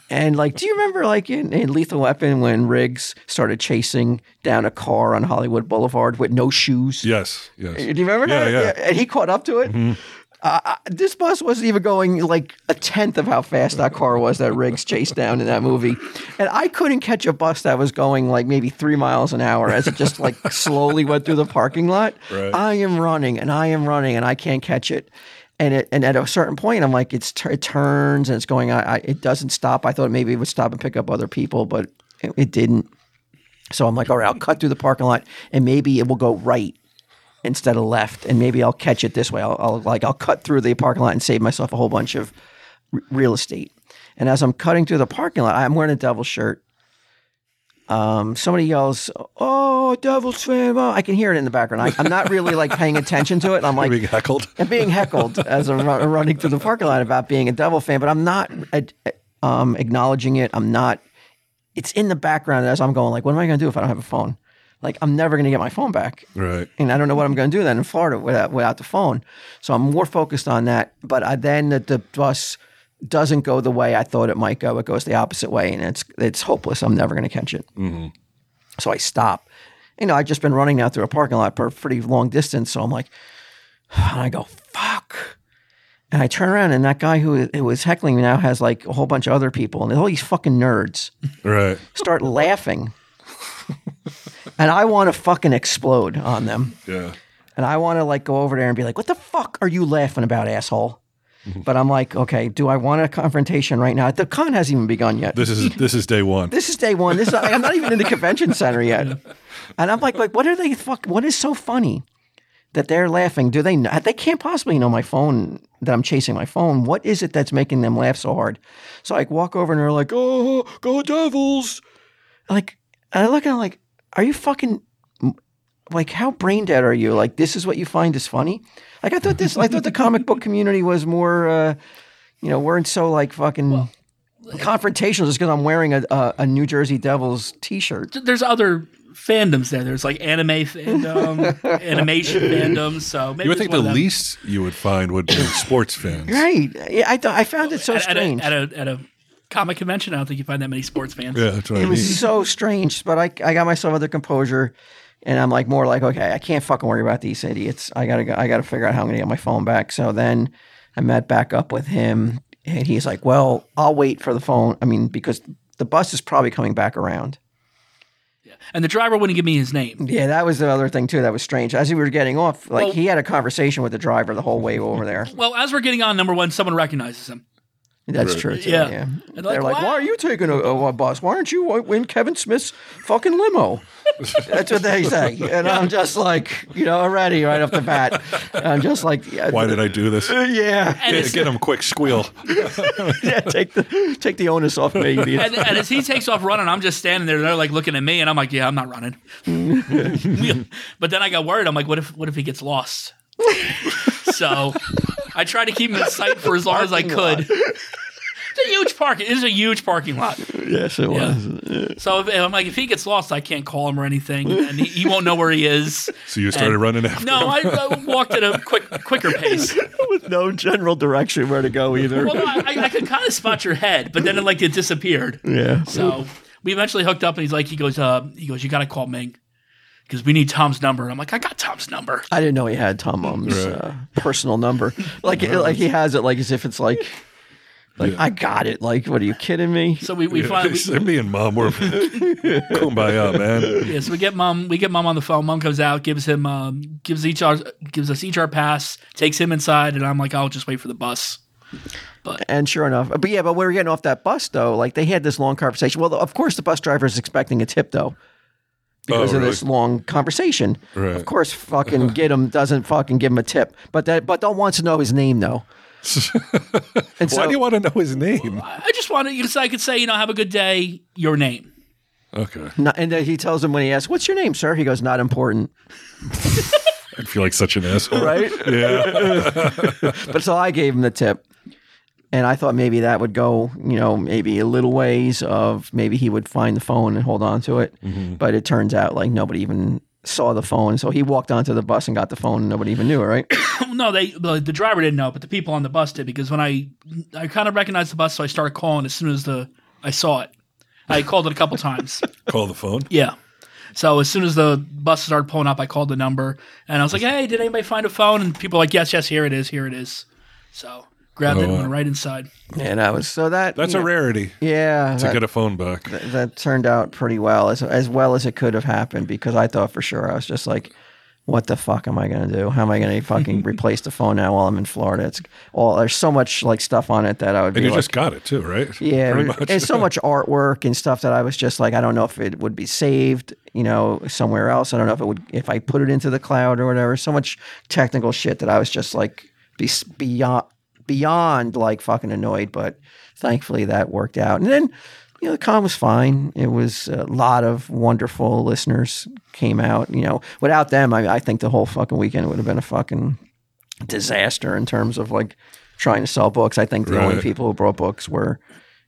A: and like, do you remember like in, in Lethal Weapon when Riggs started chasing down a car on Hollywood Boulevard with no shoes?
B: Yes. Yes.
A: Do you remember
B: Yeah,
A: that?
B: yeah. Mm-hmm.
A: And he caught up to it. Uh, uh, this bus wasn't even going like a tenth of how fast that car was that Riggs chased down in that movie, and I couldn't catch a bus that was going like maybe three miles an hour as it just like slowly went through the parking lot.
B: Right.
A: I am running and I am running and I can't catch it. And, it, and at a certain point, I'm like, it's tur it turns and it's going. I, I, it doesn't stop. I thought maybe it would stop and pick up other people, but it, it didn't. So I'm like, all right, I'll cut through the parking lot and maybe it will go right instead of left, and maybe I'll catch it this way. I'll, I'll like I'll cut through the parking lot and save myself a whole bunch of r- real estate. And as I'm cutting through the parking lot, I'm wearing a devil shirt. Um, somebody yells, "Oh, Devil's fan!" oh," I can hear it in the background. I, I'm not really like paying attention to it. I'm like,
B: Being heckled.
A: and being heckled as I'm ru- running through the parking lot about being a devil fan, but I'm not ad- um, acknowledging it. I'm not. It's in the background as I'm going. Like, what am I going to do if I don't have a phone? Like, I'm never going to get my phone back
B: Right.
A: and I don't know what I'm going to do then in Florida without without the phone. So I'm more focused on that. But I, then the, the bus doesn't go the way I thought it might go. It goes the opposite way, and it's it's hopeless. I'm never going to catch it. So I stop. You know, I've just been running now through a parking lot for a pretty long distance. So I'm like, and I go, fuck. And I turn around, and that guy who, who was heckling me now has like a whole bunch of other people, and all these fucking nerds
B: Right.
A: start laughing. and I want to fucking explode on them.
B: Yeah.
A: And I want to like go over there and be like, what the fuck are you laughing about, asshole? But I'm like, okay, do I want a confrontation right now? The con hasn't even begun yet.
B: This is this is day one.
A: This is day one. This is, I'm not even in the convention center yet. And I'm like, like, what are they fuck? What is so funny that they're laughing? Do they know? They can't possibly know my phone that I'm chasing my phone. What is it that's making them laugh so hard? So I walk over and they're like, oh, go Devils! Like, and I look and I'm like, are you fucking? Like, how brain dead are you? Like, this is what you find is funny? Like, I thought this. I thought the comic book community was more. uh you know, weren't so like fucking confrontational just because I'm wearing a, a, a New Jersey Devils T-shirt.
C: Th- There's other fandoms there. There's like anime fandom, animation fandom. So maybe
B: You would
C: it's
B: think the
C: one of them.
B: least you would find would be sports fans.
A: Right? Yeah, I thought I found it so
C: at, at a,
A: strange.
C: at a at a comic convention. I don't think you find that many sports fans.
B: Yeah, that's what I
A: it
B: mean.
A: was so strange, but I I got myself under composure, and I'm like more like okay, I can't fucking worry about these idiots. I gotta go, I gotta figure out how I'm gonna get my phone back. So then I met back up with him, and he's like, well, I'll wait for the phone. I mean, because the bus is probably coming back around.
C: And the driver wouldn't give me his name.
A: Yeah, that was the other thing too. That was strange. As we were getting off, like
C: Well-
A: he had a conversation with the driver the whole way over there.
C: Well, as we're getting on, number one, someone recognizes him.
A: That's true. Too,
C: Yeah.
A: yeah.
C: And
A: They're
C: like,
A: like, why
C: "Why?"
A: are you taking a, a, a bus? Why aren't you in Kevin Smith's fucking limo? That's what they say. And I'm just like, you know, already right off the bat, I'm just like, yeah,
B: Why did I do this?
A: yeah,
C: And
B: Get,
C: it's-
B: get him a quick squeal.
A: yeah, take the take the onus off me.
C: And, and as he takes off running, I'm just standing there. They're like looking at me, and I'm like, "Yeah, I'm not running." but then I got worried. I'm like, "What if? What if he gets lost?" so I tried to keep him in sight for as long as I
A: Parking
C: could.
A: lot.
C: It's a huge parking. It is a huge parking lot.
A: yes, it was.
C: So if, if I'm like, if he gets lost, I can't call him or anything, and he, he won't know where he is.
B: So you started
C: And-
B: running after.
C: No, I, I walked at a quick, quicker pace.
A: With no general direction where to go either.
C: Well, no, I, I could kind of spot your head, but then it, like it disappeared.
A: yeah.
C: So we eventually hooked up, and he's like, he goes, uh, he goes, you got to call Ming because we need Tom's number. And I'm like, I got Tom's number.
A: I didn't know he had Tom Um's uh, personal number. Like, it, like he has it, like as if it's like Like I got it. Like, what are you kidding me?
C: So we, we finally we,
B: me and mom were kumbaya, man.
C: yeah, so we get mom we get mom on the phone. Mom comes out, gives him um, gives each our gives us each our pass, takes him inside, and I'm like, I'll just wait for the bus.
A: And sure enough, but yeah, but we were getting off that bus though. Like they had this long conversation. Well, of course, the bus driver is expecting a tip though. Because
B: Oh,
A: of
B: really?
A: this long conversation,
B: Right.
A: of course, fucking get him doesn't fucking give him a tip, but that but don't want to know his name though. and
B: Why
A: so-
B: do you want to know his name?
C: I I just wanted you so I could say, you know, have a good day, your name.
B: Okay,
A: No- and then he tells him when he asks, "What's your name, sir?" He goes, "Not important."
B: I feel like such an asshole.
A: Right?
B: Yeah.
A: but so I gave him the tip, and I thought maybe that would go, you know, maybe a little ways of maybe he would find the phone and hold on to it. But it turns out like nobody even saw the phone, so he walked onto the bus and got the phone, and nobody even knew it, right?
C: No, they the, the driver didn't know, but the people on the bus did because when I I kind of recognized the bus, so I started calling as soon as the I saw it. I called it a couple times.
B: Call the phone.
C: Yeah. So as soon as the bus started pulling up, I called the number and I was like, "Hey, did anybody find a phone?" And people were like, "Yes, yes, here it is, here it is." So grabbed it
A: Oh,
C: and
B: wow.
C: went right inside.
A: and I was so that
B: That's
A: you
B: a
A: know,
B: rarity
A: yeah.
B: to
A: That,
B: get a phone back.
A: that turned out pretty well, as as well as it could have happened, because I thought for sure I was just like. What the fuck am I gonna do? How am I gonna fucking replace the phone now while I'm in Florida? It's all there's so much like stuff on it that I would be
B: And you
A: like,
B: just got it too, right?
A: Yeah,
B: Pretty
A: it-
B: much.
A: it's so much artwork and stuff that I was just like, I don't know if it would be saved, you know, somewhere else. I don't know if it would if I put it into the cloud or whatever. So much technical shit that I was just like be, beyond beyond like fucking annoyed. But thankfully that worked out. And then you know the con was fine. It was a lot of wonderful listeners came out. You know, without them, I, I think the whole fucking weekend would have been a fucking disaster in terms of like trying to sell books. I think the only
B: Right.
A: people who brought books were,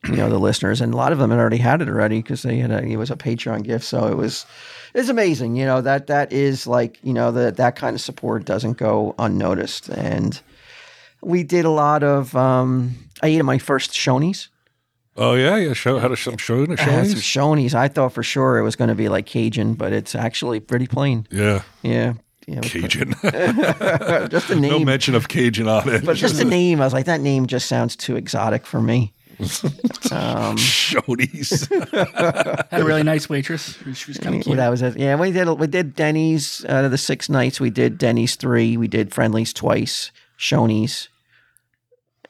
A: you know, the listeners, and a lot of them had already had it already because they had a, it was a Patreon gift. So it was, it's amazing. You know that that is like you know that that kind of support doesn't go unnoticed, and we did a lot of. um I ate at my first Shoney's.
B: Oh yeah, yeah. Show how to show show
A: I had some
B: show.
A: Shoney's. I thought for sure it was going to be like Cajun, but it's actually pretty plain.
B: Yeah,
A: Yeah. Yeah, it was
B: Cajun.
A: pretty- just the
B: no
A: name.
B: mention of Cajun on it.
A: but just the name, I was like, that name just sounds too exotic for me. um,
B: Shoney's.
C: Had a really nice waitress. She was kind of
A: Well,
C: cute.
A: that was it. Yeah, we did we did Denny's out of the six nights. We did Denny's three. We did Friendly's twice. Shoney's.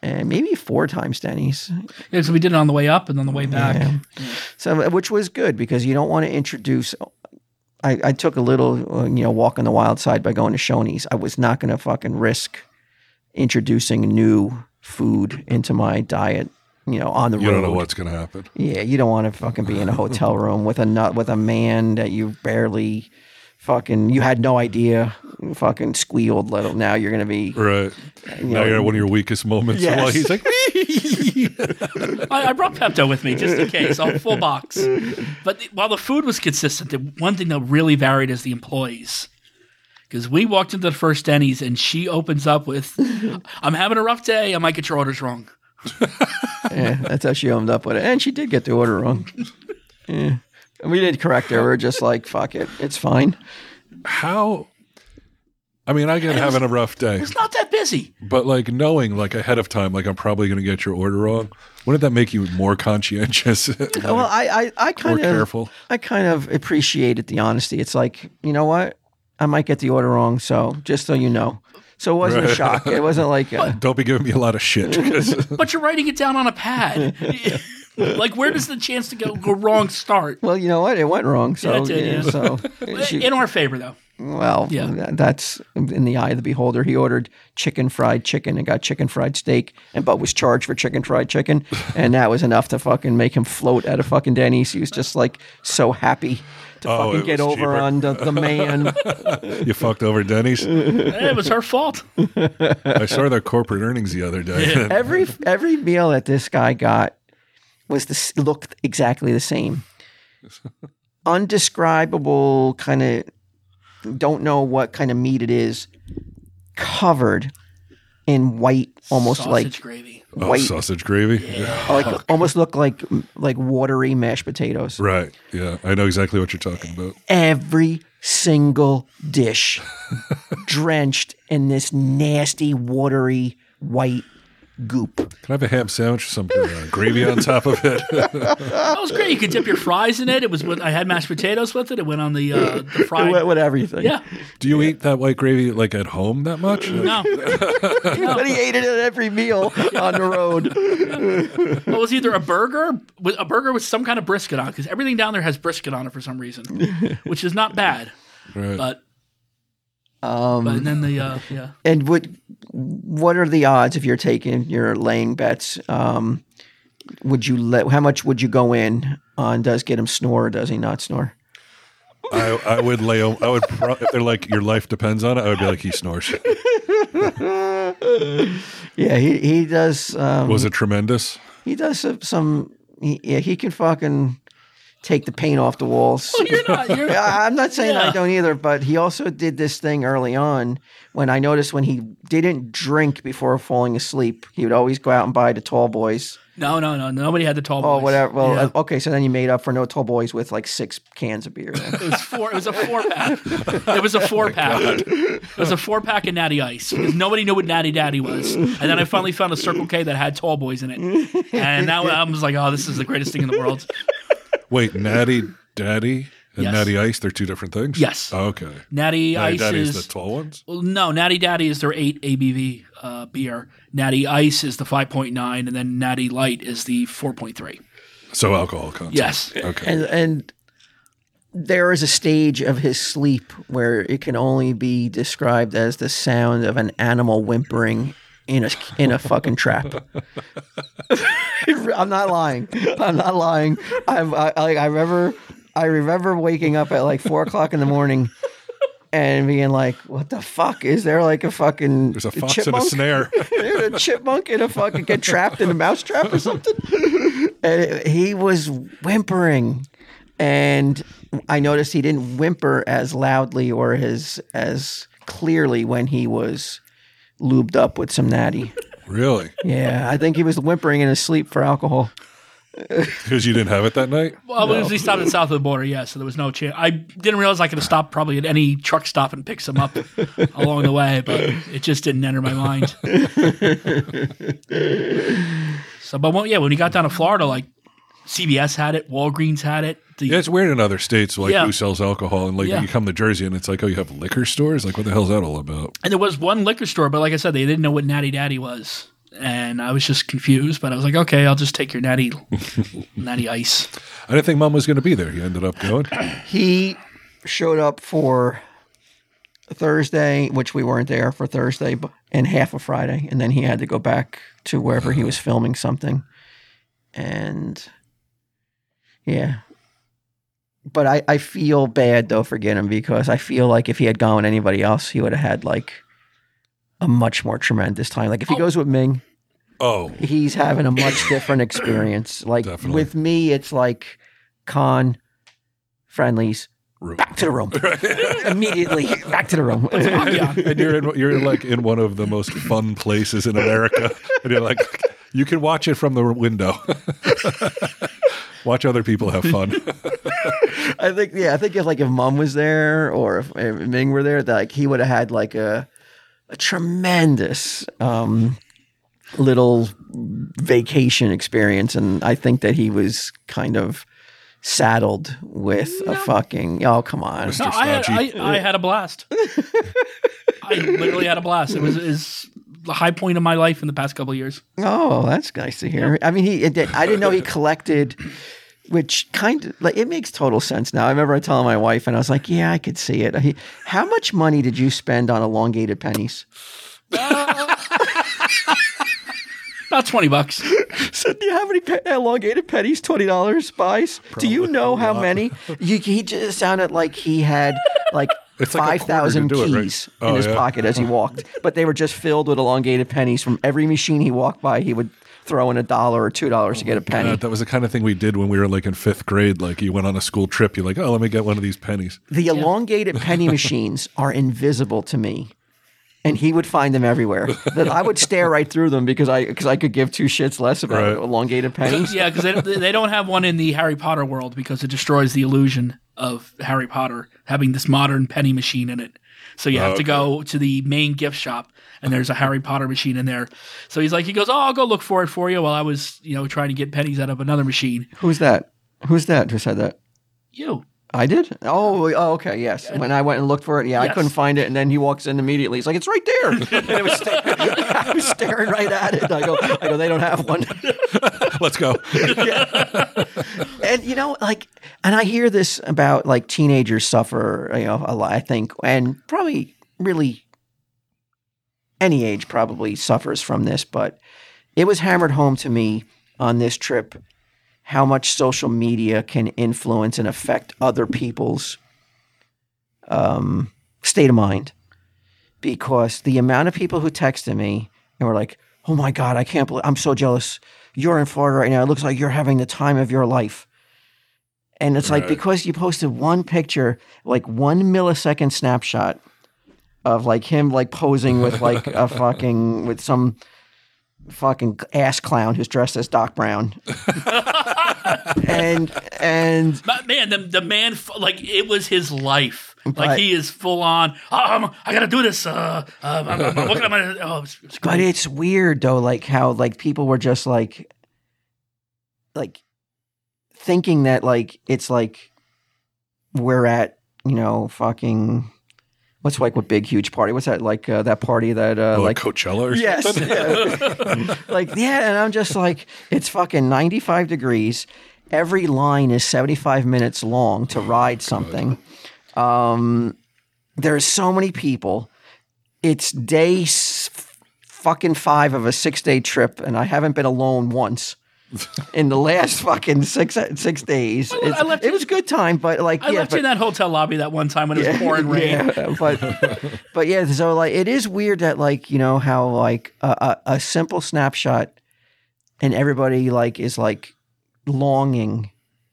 A: And maybe four times Denny's,
C: Yeah, so we did it on the way up and on the way back.
A: Yeah. so uh, which was good because you don't want to introduce. I, I took a little, uh, you know, walk on the wild side by going to Shoney's. I was not going to fucking risk introducing new food into my diet, you know, on the
B: You
A: road.
B: don't know what's gonna happen.
A: Yeah, you don't want to fucking be in a hotel room with a nut with a man that you barely fucking you had no idea fucking squealed little now you're gonna be
B: Right. now
A: know,
B: you're at one of your weakest moments.
A: Yes.
B: While he's like,
C: I, I brought Pepto with me just in case, a full box. But the- while the food was consistent, the one thing that really varied is the employees. Because we walked into the first Denny's and she opens up with, "I'm having a rough day. I might get your orders wrong."
A: yeah, eh, that's how she owned up with it. And she did get the order wrong. Yeah. And We didn't correct her. We were just like, fuck it, it's fine.
B: how? I mean, I get having a rough day,
C: It's not that busy.
B: but like knowing like ahead of time, like I'm probably gonna get your order wrong. Wouldn't that make you more conscientious?
A: Well, I, I, I
B: more
A: kind of
B: careful.
A: I kind of appreciated the honesty. It's like, you know what? I might get the order wrong, so just so you know. So it wasn't a shock. It wasn't like a,
B: Don't be giving me a lot of shit. 'cause-
C: But you're writing it down on a pad. like, where does the chance to go, go wrong start?
A: well, you know what? It went wrong. So
C: Yeah, it did,
A: yeah,
C: yeah.
A: so she-
C: In our favor, though.
A: Well,
C: Yeah.
A: th- that's in the eye of the beholder. He ordered chicken fried chicken and got chicken fried steak, and but was charged for chicken fried chicken, and that was enough to fucking make him float out of fucking Denny's. He was just like so happy to
B: Oh,
A: fucking
B: it
A: get
B: was
A: over
B: cheaper.
A: on the, the man.
B: you fucked over Denny's.
C: Eh, It was her fault.
B: I saw their corporate earnings the other day.
A: every every meal that this guy got was this looked exactly the same. Undescribable kind of don't know what kind of meat it is, covered in white, almost like
C: Sausage gravy.
B: Oh,
A: white,
B: sausage gravy.
A: like almost look like like watery mashed potatoes.
B: Right. Yeah. I know exactly what you're talking about.
A: Every single dish drenched in this nasty watery white goop.
B: Can I have a ham sandwich with some uh, gravy on top of it?
C: That was great. You could dip your fries in it. It was when I had mashed potatoes with it. It went on the uh, the
A: It
C: fried.
A: went with everything.
C: Yeah,
B: Do you eat that white gravy like at home that much?
C: no, it
A: But he ate it at every meal on the road.
C: was either a burger, with a burger with some kind of brisket on, because everything down there has brisket on it for some reason, which is not bad.
B: Right.
C: But
A: Um,
C: but and then the uh, yeah,
A: And what what are the odds if you're taking your laying bets? Um, would you let? How much would you go in on? Does get him snore? or Does he not snore?
B: I, I would lay. I would. Pro- if they're like your life depends on it, I would be like he snores.
A: Yeah, he he does. Um,
C: Mm-hmm.
B: Was it tremendous?
A: he does some. some he, yeah, he can fucking take the paint off the walls.
C: you're not. You're,
A: I- I'm not saying I
C: Oh, Yeah.
A: don't either, but he also did this thing early on when I noticed when he didn't drink before falling asleep, he would always go out and buy the tall boys.
C: no, no, no. Nobody had the tall.
A: Oh,
C: boys.
A: whatever. Well,
C: Yeah.
A: uh, okay, so then you made up for no tall boys with like six cans of beer.
C: It was four. It was a four pack. It
A: Oh
C: was a four pack. It was a four pack of Natty Ice because nobody knew what Natty Daddy was. And then I finally found a Circle K that had Tall Boys in it, and now I was like, "Oh, this is the greatest thing in the world."
B: Wait, Natty Daddy and
C: Yes.
B: Natty Ice, they're two different things? Oh,
C: Yes.
B: Okay.
C: Natty,
B: Natty
C: Ice
B: Daddy's
C: is
B: the tall ones?
C: well, no Natty Daddy is their eight ABV uh, beer. Natty Ice is the five point nine, and then Natty Light is the four point three.
B: So alcohol content.
C: Yes.
B: Okay.
A: and and there is a stage of his sleep where it can only be described as the sound of an animal whimpering in a in a fucking trap. I'm not lying. I'm not lying. I'm, I I I remember I remember waking up at like four o'clock in the morning. And being like, what the fuck? Is there like a fucking
B: There's a fox
A: chipmunk?
B: and a snare.
A: a chipmunk in a fucking get trapped in a mousetrap or something. And it- he was whimpering, and I noticed he didn't whimper as loudly or as as clearly when he was lubed up with some natty.
B: really?
A: Yeah, I think he was whimpering in his sleep for alcohol.
B: Because you didn't have it that night?
C: Well, we usually stopped at south of the border, yeah. So there was no chance. I didn't realize I could have stopped probably at any truck stop and picked some up along the way, but it just didn't enter my mind. so, but well, yeah, when we got down to Florida, like CBS had it, Walgreens had it. The,
B: Yeah, it's weird in other states, like
C: Yeah.
B: who sells alcohol, and like
C: Yeah.
B: you come to Jersey and it's like, oh, you have liquor stores? Like, what the hell's that all about?
C: And there was one liquor store, but like I said, they didn't know what Natty Daddy was. And I was just confused, but I was like, okay, I'll just take your Natty, Natty Ice.
B: I didn't think mom was going to be there. He ended up going.
A: He showed up for Thursday, which we weren't there for Thursday, bu- and half of Friday, and then he had to go back to wherever he was filming something, and yeah. But I, I feel bad though for Ginnam because I feel like if he had gone with anybody else, he would have had like a much more tremendous time. Like if he goes with Ming,
B: Oh,
A: he's having a much different experience. Like
B: Definitely.
A: with me, it's like con friendlies
B: room.
A: back to the room immediately. Back to the room.
C: Yeah.
B: and you're in you're like in one of the most fun places in America, and you're like, you can watch it from the window. watch other people have fun.
A: I think yeah. I think if like if Mum was there or if, if Ming were there, that, like he would have had like a a tremendous um, little vacation experience, and I think that he was kind of saddled with a fucking oh come on
C: No, I had, I,
B: Slouchy.
C: I had a blast. I literally had a blast. It was is the high point of my life in the past couple of years.
A: Oh, that's nice to hear. I mean, he. It, I didn't know he collected, which kind of like it makes total sense now. I remember I telling my wife, and I was like, "Yeah, I could see it." He, How much money did you spend on elongated pennies?
C: About twenty bucks.
A: So, do you have any pe- elongated pennies? Twenty dollars, spies. do you
B: Probably
A: know
B: a
A: how
B: lot.
A: many? You, he just sounded like he had like
B: It's like a quarter
A: five
B: to
A: thousand
B: do it, right?
A: keys in
B: Oh,
A: his
B: yeah.
A: pocket as he walked, but they were just filled with elongated pennies from every machine he walked by. He would throw in a dollar or two dollars to get a penny.
B: Uh, that was the kind of thing we did when we were like in fifth grade. Like you went on a school trip, you're like, oh, let me get one of these pennies.
A: The elongated penny machines are invisible to me. And he would find them everywhere. That I would stare right through them because I because I could give two shits less about
B: Right.
A: elongated pennies.
C: Yeah, because they, don't- they don't have one in the Harry Potter world because it destroys the illusion of Harry Potter having this modern penny machine in it. So you have to go to the main gift shop, and there's a Harry Potter machine in there. So he's like, he goes, "Oh, I'll go look for it for you." While I was, you know, trying to get pennies out of another machine.
A: Who's that? Who's that? Who said that?
C: You.
A: I did. Oh, oh, okay. Yes. When I went and looked for it, yeah, I
C: Yes.
A: couldn't find it, and then he walks in immediately. He's like, "It's right there," and I was, staring, I was staring right at it. I go, I go, they don't have one.
B: Let's go.
A: and you know, like, and I hear this about like teenagers suffer, you know, a lot. I think, and probably really any age probably suffers from this, but it was hammered home to me on this trip how much social media can influence and affect other people's um, state of mind. Because the amount of people who texted me and were like, oh my God, I can't believe I'm so jealous. You're in Florida right now. It looks like you're having the time of your life. And it's like
B: Right.
A: because you posted one picture, like one millisecond snapshot of like him like posing with like a fucking with some fucking ass clown who's dressed as Doc Brown. and and
C: But man, the, the man, f- like it was his life. Like
A: But-
C: he is full on. Oh, I'm- i gotta do this. Uh, uh, I'm, I'm, I'm, what am I? Oh, it's, it's
A: but it's weird though like how like people were just like like thinking that like it's like we're at, you know, fucking what's like what big huge party? What's that like uh, that party that uh,
B: Oh,
A: like
B: like Coachella or
A: Yes.
B: something?
A: yeah. like, yeah. And I'm just like, it's fucking 95 degrees. Every line is 75 minutes long to
B: Oh,
A: ride something. Um, there's so many people. It's day s- fucking five of a six day trip, and I haven't been alone once. In the last fucking six six days, It's-
C: I left
A: it
C: you-
A: was a good time, but like,
C: I
A: yeah,
C: left
A: but,
C: you in that hotel lobby that one time when it was pouring rain.
A: yeah, but but yeah, so like it is weird that like you know how like a, a, a simple snapshot and everybody like is like longing.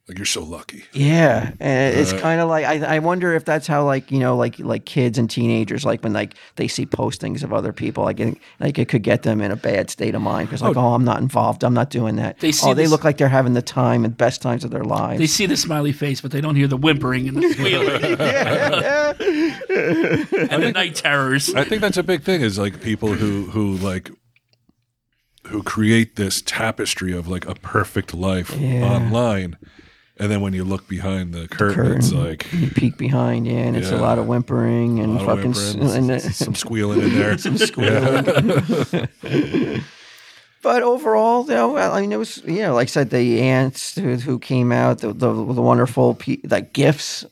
B: Like you're so lucky.
A: Yeah, and it's
B: Right.
A: kind of like I, I wonder if that's how like you know like like kids and teenagers like when like they see postings of other people like it, like it could get them in a bad state of mind because like oh, I'm not involved I'm not doing that
C: They see
A: oh they
C: this-
A: look like they're having the time and best times of their lives
C: They see the smiley face, but they don't hear the whimpering and the squealing and the night terrors.
B: I think that's a big thing is like people who who like who create this tapestry of like a perfect life
A: Yeah.
B: online. And then when you look behind the curtain, it's
A: curtain.
B: like
A: you peek behind yeah and it's a
B: Yeah.
A: lot of whimpering and
B: a lot of
A: fucking s-
B: whimpering,
A: and, uh,
B: s- some squealing in there.
A: But overall, though, I mean, it was you know, like I said, the ants who, who came out, the the, the wonderful pe- like gifts,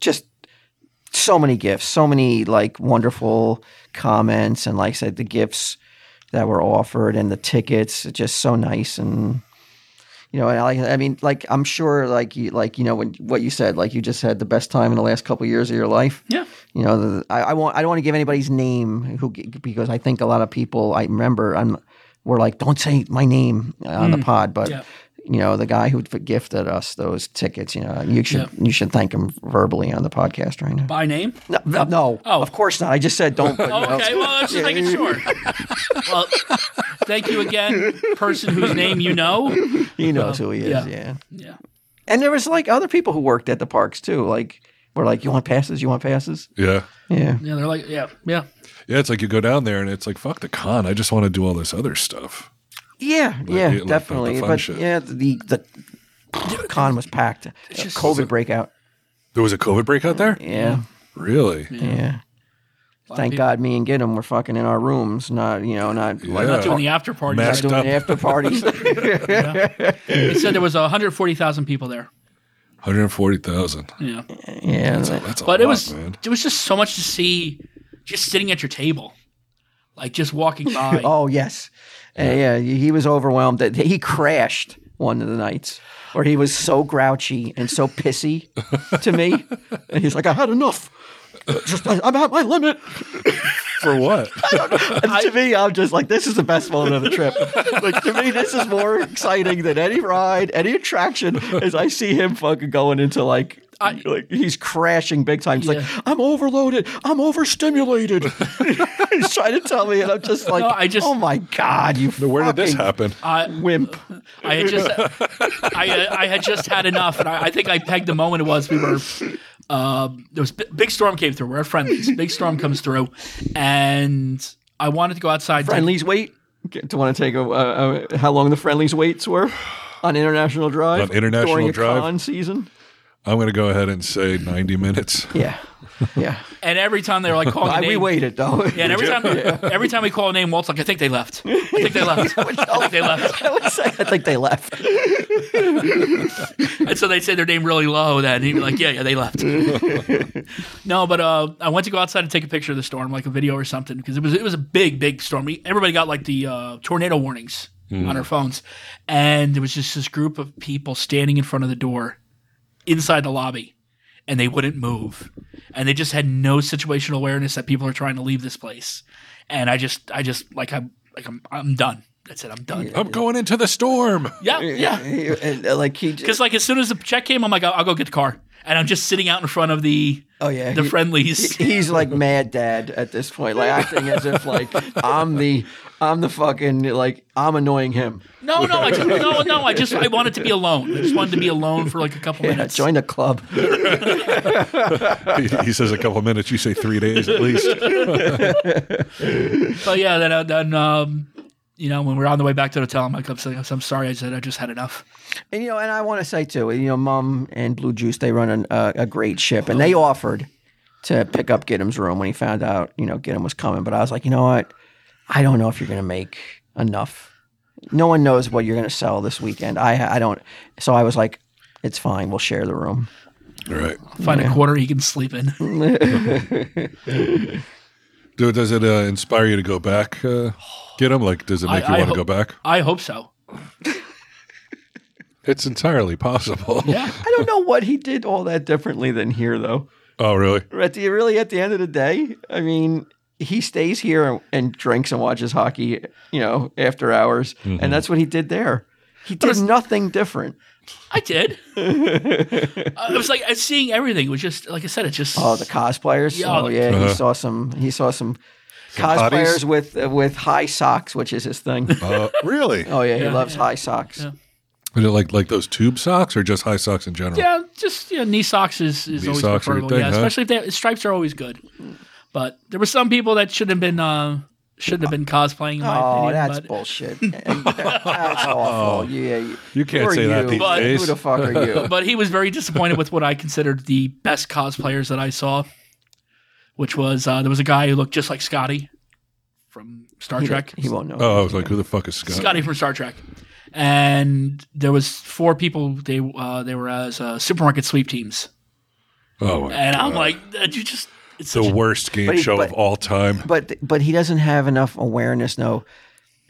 A: just so many gifts, so many like wonderful comments, and like I said, the gifts that were offered and the tickets, just so nice and. You know, and I, I mean, like I'm sure, like you, like you know, when what you said, like you just had the best time in the last couple of years of your life
C: Yeah.
A: you know, the, I, I want I don't want to give anybody's name who because I think a lot of people I remember I'm were like don't say my name on the pod, but
C: Mm. Yeah.
A: you know the guy who gifted us those tickets, you know, you should you should thank him verbally on the podcast right now.
C: By name?
A: No, no, no,
C: Oh.
A: of course not. I just said don't. But, you know.
C: Okay, well, let's just make it short. Well, thank you again, person whose name you know.
A: He knows who he is.
C: Yeah.
A: Yeah.
C: Yeah.
A: and there was like other people who worked at the parks too. Like were like, you want passes? You want passes?
B: yeah.
A: Yeah.
C: Yeah, they're like, yeah, yeah.
B: Yeah, it's like you go down there and it's like, fuck the con. I just want to do all this other stuff.
A: Yeah, yeah,
B: like the- the
A: definitely.
B: fun
A: but
B: shit.
A: yeah, the the con was packed. Uh, COVID breakout.
B: There was a COVID break out there?
A: Yeah.
B: Really?
A: Yeah.
C: A lot of
A: Thank
C: people
A: God me and Gidim were fucking in our rooms, not, you know, not like
B: Yeah.
A: not
B: God.
C: Doing the after party.
B: Masked
A: doing
B: up.
A: after parties.
C: They said there was 140,000 people there.
B: 140,000.
C: Yeah.
A: yeah.
B: That's a
C: but
B: lot,
C: it was
B: man.
C: it was just so much to see just sitting at your table like just walking by
A: Oh, yes. Uh, Yeah. He was overwhelmed that he crashed one of the nights where he was so grouchy and so pissy to me. And he's like, I had enough. Just, I, I'm at my limit.
B: For what?
A: And to me, I'm just like, this is the best moment of the trip. like to me, this is more exciting than any ride, any attraction. As I see him fucking going into like,
C: I-
A: like he's crashing big time. He's
C: Yeah.
A: like, I'm overloaded, I'm overstimulated. he's trying to tell me, and I'm just like,
C: No, I just-
A: oh my god, you.
B: Where did this
A: fucking
B: happen?
C: I,
A: Wimp.
C: I uh, had just I, I had just had enough and I, I think I pegged the moment it was we were um, there was b- big storm came through. We're at friendlies. Big storm comes through, and I wanted to go outside. to-
A: Friendlies wait. Do want to take a, uh, uh, how long the friendlies waits were on international drive
B: On International
A: during a
B: Drive?
A: con season?
B: I'm going to go ahead and say 90 minutes.
A: Yeah, yeah.
C: and every time they were like calling, a
A: I, we
C: name-
A: waited though.
C: Yeah, and every time every time we call a name, Walt's like, I think they left. I think they left. I think they left.
A: I would say I think they left.
C: And so they'd say their name really low then. He'd be like, Yeah, yeah, they left. no, but uh, I went to go outside and take a picture of the storm, like a video or something, because it was it was a big, big storm. We- Everybody got like the uh, tornado warnings on their phones. And there was just this group of people standing in front of the door inside the lobby and they wouldn't move. And they just had no situational awareness that people are trying to leave this place. And I just I just like I'm like I'm I'm done. That's it, I'm done.
B: I'm going into the storm.
C: Yeah, yeah.
A: and, uh, like he. Just,
C: Because like as soon as the check came, I'm like, I'll, I'll go get the car, and I'm just sitting out in front of the
A: oh yeah,
C: the
A: he-
C: friendlies.
A: He's like mad dad at this point, like acting as if like I'm the I'm the fucking like I'm annoying him.
C: no, no, I just, no, no. I just I wanted to be alone. I just wanted to be alone for like a couple
A: Yeah,
C: minutes.
A: join the club.
B: he, he says a couple minutes. You say three days at least.
C: But yeah, then uh, then um, you know when we're on the way back to the hotel, I'm like, I'm, saying, I'm sorry, I said I just had enough.
A: And you know, and I want to say too, you know, Mum and Blue Juice, they run an, uh, a great ship, and they offered to pick up Giddim's room when he found out, you know, Gidim was coming. But I was like, you know what? I don't know if you're gonna make enough. No one knows what you're gonna sell this weekend. I I don't. So I was like, it's fine. We'll share the room.
B: All right.
C: Find a corner he can sleep in.
B: Do, does it uh, inspire you to go back? Uh, get him? Like, does it make
C: I-
B: you
C: I
B: want to
C: hope-
B: go back?
C: I hope so.
B: It's entirely possible.
C: Yeah.
A: I don't know what he did all that differently than here, though.
B: Oh, really?
A: At the really at the end of the day, I mean, he stays here and, and drinks and watches hockey, you know, after hours,
B: Mm-hmm.
A: and that's what he did there. He did nothing different. Oh,
C: I did. I was like, I seeing everything. It was just like I said. It's just
A: Oh, the cosplayers!
C: Yeah.
A: Oh, yeah,
B: Uh-huh.
A: he saw some. He saw some, cosplayers
B: hotties?
A: with uh, with high socks, which is his thing.
B: Uh, really?
A: Oh yeah, he
C: Yeah.
A: loves high socks.
C: Yeah.
B: Is it like like those tube socks or just high socks in general?
C: Yeah, just you know, knee socks is, is
B: Knee
C: always
B: socks are your
C: preferable.
B: thing,
C: yeah,
B: huh?
C: especially if they, stripes are always good. But there were some people that should have been uh, should have been cosplaying. In my
A: Oh,
C: opinion,
A: that's
C: but,
A: bullshit. And that's awful. Yeah,
B: You Oh. can't
A: who are
B: say that
A: you?
B: these
A: But
B: days.
A: Who the fuck are you?
C: but he was very disappointed with what I considered the best cosplayers that I saw, which was uh, there was a guy who looked just like Scotty from Star Trek.
A: He won't know.
B: Oh, I was like, who the fuck is Scott?
C: Scotty from Star Trek, and there was four people. They uh, they were as uh, supermarket sweep teams,
B: Oh, my
C: and I'm
B: God.
C: like, you just it's
B: the
C: such a-
B: worst game
A: But he-
B: show
A: but-
B: of all time.
A: But but he doesn't have enough awareness though.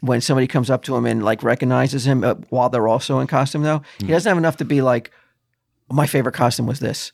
A: When somebody comes up to him and like recognizes him uh, while they're also in costume though, he doesn't have enough to be like, my favorite costume was this.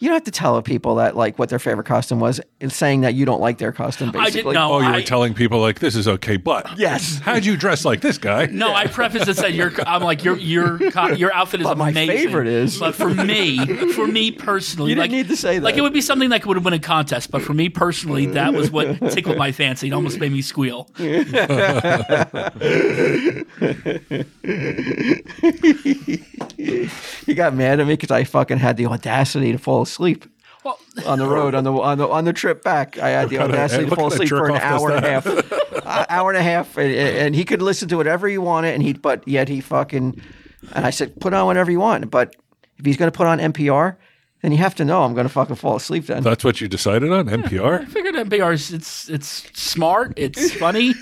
A: You don't have to tell people that like what their favorite costume was, and saying that you don't like their costume.
C: I
A: Basically,
C: didn't know.
B: Oh, you
C: I-
B: were telling people like this is okay, but
A: Yes.
B: how'd you dress like this guy?
C: No, I preface it said your I'm like your your co- your outfit is
A: But my
C: amazing.
A: favorite is-
C: but for me, for me personally,
A: You didn't
C: like,
A: need to say that.
C: Like it would be something that would have won a contest, but for me personally, that was what tickled my fancy. It almost made me squeal.
A: He got mad at me because I fucking had the audacity to fall asleep
C: Well,
A: on the road on the on the on the trip back. I had the
B: kind of-
A: audacity to
B: what
A: fall
B: kind of
A: asleep for an
B: jerk off
A: hour and a half, Uh, hour and a half, and, and he could listen to whatever he wanted, and he but yet he fucking and I said put on whatever you want, but if he's gonna put on NPR, then you have to know I'm gonna fucking fall asleep then.
B: That's what you decided on NPR.
C: I figured NPR is it's it's smart, it's funny,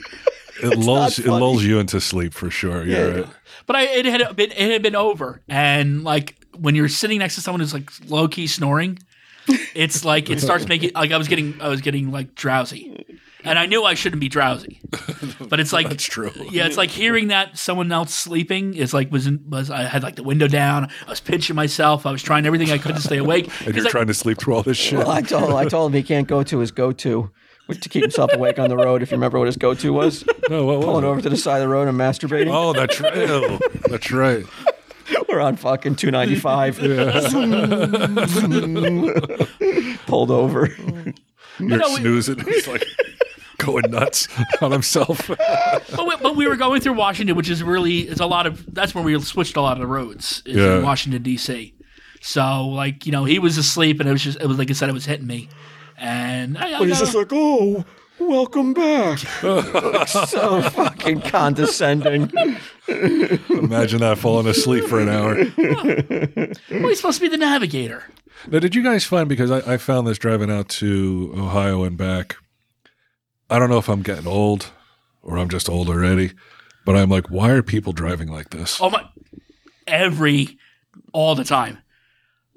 B: It lulls it lulls you into sleep for sure. You're right.
C: but I it had been it had been over, and like when you're sitting next to someone who's like low key snoring, it's like it starts making like I was getting I was getting like drowsy, and I knew I shouldn't be drowsy, but it's like
B: That's true.
C: Yeah, it's like hearing that someone else sleeping is like was in, was I had like the window down. I was pinching myself. I was trying everything I could to stay awake.
B: And you're
C: It's like,
B: trying to sleep through all this shit.
A: I told I told him he can't go to his go to. To keep himself awake on the road, if you remember what his go-to was,
B: No, what was
A: pulling
B: it?
A: over to the side of the road and masturbating.
B: Oh, that's right. Ew. That's right.
A: We're on fucking 295. Pulled over.
B: You're
C: No, we-
B: snoozing. He's like going nuts on himself.
C: but, we, but we were going through Washington, which is really it's a lot of that's where we switched a lot of the roads is
B: Yeah.
C: in Washington D.C. So like you know he was asleep and it was just it was like I said it was hitting me, and I, I
B: He's
C: got-
B: just like, oh, welcome back.
A: so fucking condescending.
B: Imagine that falling asleep for an hour.
C: well, he's supposed to be the navigator.
B: Now, did you guys find because I, I found this driving out to Ohio and back? I don't know if I'm getting old or I'm just old already, but I'm like, why are people driving like this?
C: Oh my! Every, all the time.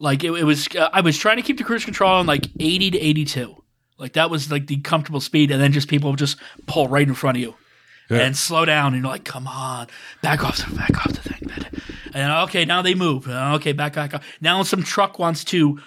C: Like it, it was, uh, I was trying to keep the cruise control on like eighty to eighty-two. Like that was like the comfortable speed, and then just people just pull right in front of you
B: Yeah.
C: and slow down, and you're like, "Come on, back off the back off the thing." man." And okay, now they move. Uh, Okay, back back off. Now some truck wants to.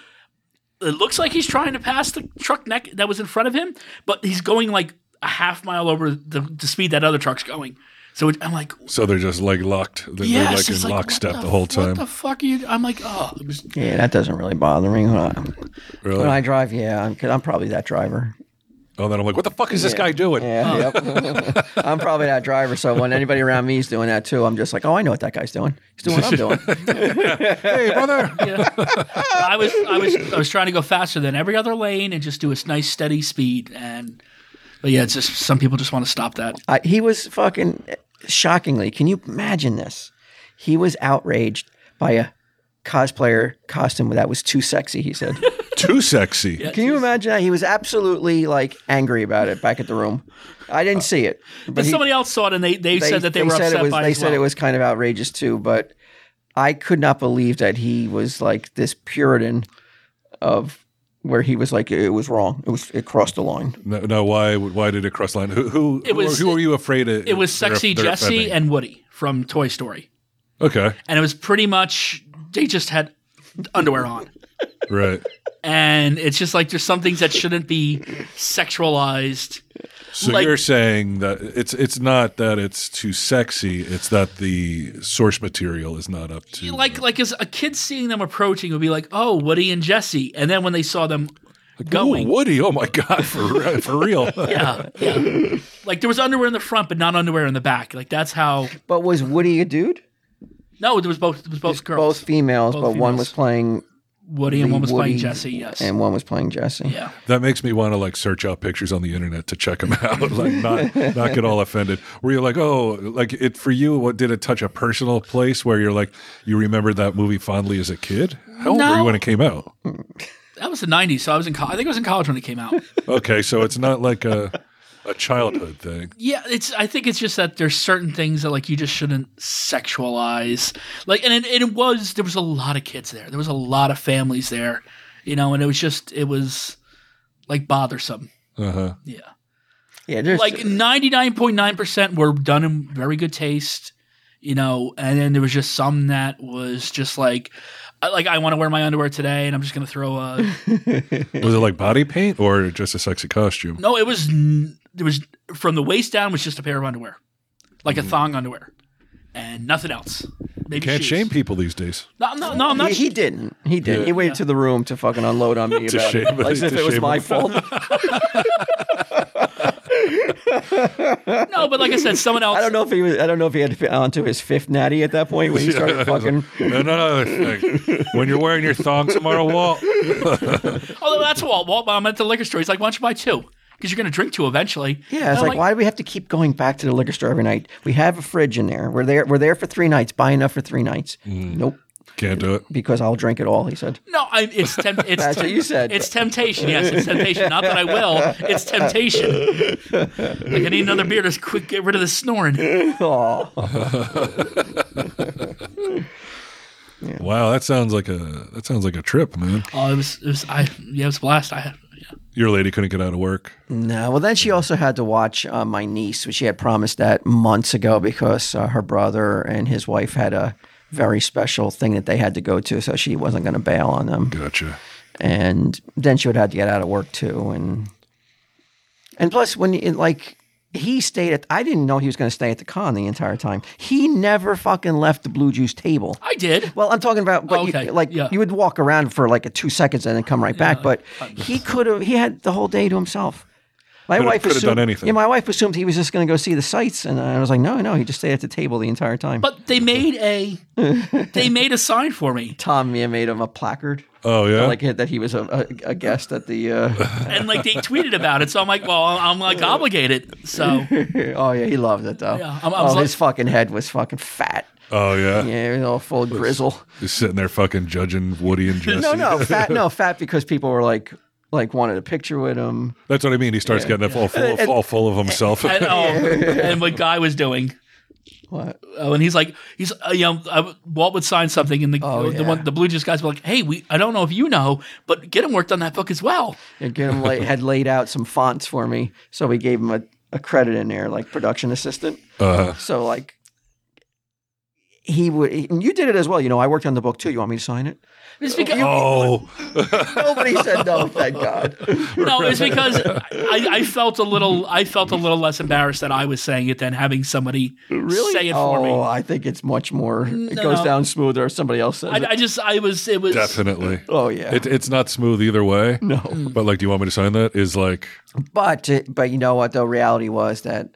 C: It looks like he's trying to pass the truck neck that was in front of him, but he's going like a half mile over the, the speed that other truck's going. So it, I'm like,
B: So they're just like locked. They're, they're,
C: Yes,
B: like
C: it's
B: in
C: what
B: lockstep the, whole time.
C: What the fuck are you? I'm like, oh, it was,
A: Yeah, that doesn't really bother me. When I,
B: Really?
A: when I drive, yeah, I'm, 'cause I'm probably that driver.
B: oh, then I'm like, what the fuck is this guy doing?
A: Yeah, yep. I'm probably that driver. So when anybody around me is doing that too, I'm just like, oh, I know what that guy's doing. He's doing what I'm doing.
B: Hey, brother.
C: I was, I was, I was trying to go faster than every other lane and just do a nice steady speed. And but yeah, it's just some people just want to stop that.
A: I, he was fucking shockingly. Can you imagine this? He was outraged by a cosplayer costume that was too sexy. He said,
B: Too sexy.
A: "Can you imagine that?" He was absolutely like angry about it back at the room. I didn't see it,
C: But
A: he-
C: somebody else saw it and they, they, said that they, were
A: said
C: upset
A: it was,
C: by it
A: They
C: as
A: said
C: well.
A: it was kind of outrageous too, but I could not believe that he was like this Puritan of where he was like it was wrong. It was it crossed the line.
B: No, no, why? Why did it cross the line? Who? Who?
C: It was-
B: who, are you afraid of?
C: It was sexy Jesse and Woody from Toy Story,
B: okay,
C: and it was pretty much they just had underwear on.
B: right.
C: And it's just like there's some things that shouldn't be sexualized.
B: So
C: Like-
B: you're saying that it's it's not that it's too sexy. It's that the source material is not up to
C: Mm-hmm. like like as a kid seeing them approaching would be like, oh, Woody and Jesse, and then when they saw them
B: Ooh,
C: going,
B: Woody. Oh my god, for re- for real.
C: yeah, yeah, like there was underwear in the front, but not underwear in the back. Like that's how.
A: But was Woody a dude?
C: No, there was both. There was both girls,
A: Both females,
C: Both
A: but one
C: females.
A: was playing
C: Woody and one was
A: Woody
C: playing Jesse. Yes,
A: and one was playing Jesse.
C: yeah.
B: That makes me want to like search out pictures on the internet to check them out. like not not get all offended. Where you're like, oh, like it for you. What did it touch a personal place where you're like you remembered that movie fondly as a kid? How old were you
C: No.
B: when it came out?
C: That was the '90s, so I was in. Co- I think I was in college when it came out.
B: Okay, so it's not like a a childhood thing.
C: yeah, it's. I think it's just that there's certain things that like you just shouldn't sexualize. Like, and it, and it was there was a lot of kids there. There was a lot of families there, you know, and it was just it was like bothersome.
B: Uh huh.
C: Yeah.
A: Yeah, there's
C: like ninety nine point nine percent were done in very good taste, you know. And then there was just some that was just like, I- like I want to wear my underwear today, and I'm just gonna throw a.
B: Was it like body paint or just a sexy costume?
C: no, it was n- there was from the waist down was just a pair of underwear, like
A: Mm-hmm.
C: a thong underwear, and nothing else. Maybe
B: Can't
C: shoes.
B: shame people these days.
C: No, no, no, I'm not.
A: he, he didn't. He didn't. He waited to the room to fucking unload on me
B: To
A: about
B: shame-
A: it, like as if
B: to
A: it was
B: shame
A: my
B: him.
A: fault.
C: no, but like I said, someone else.
A: I don't know if he was. I don't know if he had onto his fifth natty at that point when he started fucking.
B: No, no, no. like, when you're wearing your thong tomorrow, Walt.
C: Although that's Walt. Walt, I'm at the liquor store. He's like, "Why don't you buy two? Because you're gonna drink two eventually."
A: Yeah, it's
C: And I'm
A: like, why do we have to keep going back to the liquor store every night? We have a fridge in there. We're there. We're there for three nights. Buy enough for three nights.
C: Mm.
A: Nope,
B: Can't do it.
A: because I'll drink it all. He said.
C: No, I, it's temp- it's
A: That's what you said.
C: It's temptation. Yes, it's temptation. Not that I will. It's temptation. Like I need another beer to quick get rid of the snoring.
A: Oh,
B: Wow, that sounds like a that sounds like a trip, man.
C: Oh, it was it was I yeah it was a blast. I had yeah.
B: Your lady couldn't get out of work.
A: no. Well, then she also had to watch uh, my niece, which she had promised that months ago because uh, her brother and his wife had a very special thing that they had to go to, so she wasn't going to bail on them.
B: Gotcha.
A: and then she would have to get out of work too and and plus when you like he stayed at i didn't know he was going to stay at the con the entire time he never fucking left the blue juice table
C: I did.
A: well i'm talking about but
C: Okay,
A: you, like
C: yeah.
A: you would walk around for like a two seconds and then come right back but he could have he had the whole day to himself My
B: Could've-
A: wife
B: could've
A: assumed,
B: done anything.
A: Yeah, my wife assumed he was just going to go see the sights, and I was like, no, no, he just stayed at the table the entire time.
C: But they made a they made a sign for me,
A: Tom Mia made him a placard,
B: Oh yeah,
A: like that he was a, a, a guest at the. Uh,
C: and like they tweeted about it. So I'm like, well, I'm like obligated. So
A: oh yeah, he loved it though.
C: Yeah, I- I
A: oh,
C: was like-
A: his fucking head was fucking fat.
B: oh yeah.
A: Yeah, it was all full of grizzle.
B: He's sitting there fucking judging Woody and Jesse.
A: No, no, fat. No, fat because people were like, like wanted a picture with him.
B: That's what I mean. He starts getting all full, of, all full of himself.
C: and, oh, and what guy was doing.
A: What?
C: Oh, and he's like, he's uh, you know, uh, Walt would sign something, and the
A: Oh,
C: the,
A: yeah.
C: one, the Blue Jays guys were like, "Hey, we I don't know if you know, but get him worked on that book as well."
A: And get him like had laid out some fonts for me, so we gave him a, a credit in there, like production assistant.
B: Uh,
A: So like he would and you did it as well. You know, I worked on the book too. You want me to sign it?
C: It's because
B: oh,
A: Nobody said no, thank God.
C: no, it's because I, I felt a little I felt a little less embarrassed that I was saying it than having somebody say it for
A: Oh,
C: me.
A: I think it's much more it goes
C: No.
A: down smoother if somebody else says
C: I,
A: it.
C: I just I was it was
B: definitely.
A: Oh yeah.
B: It, it's not smooth either way.
A: no.
B: But like, do you want me to sign that? Is like,
A: But it, but you know what the reality was that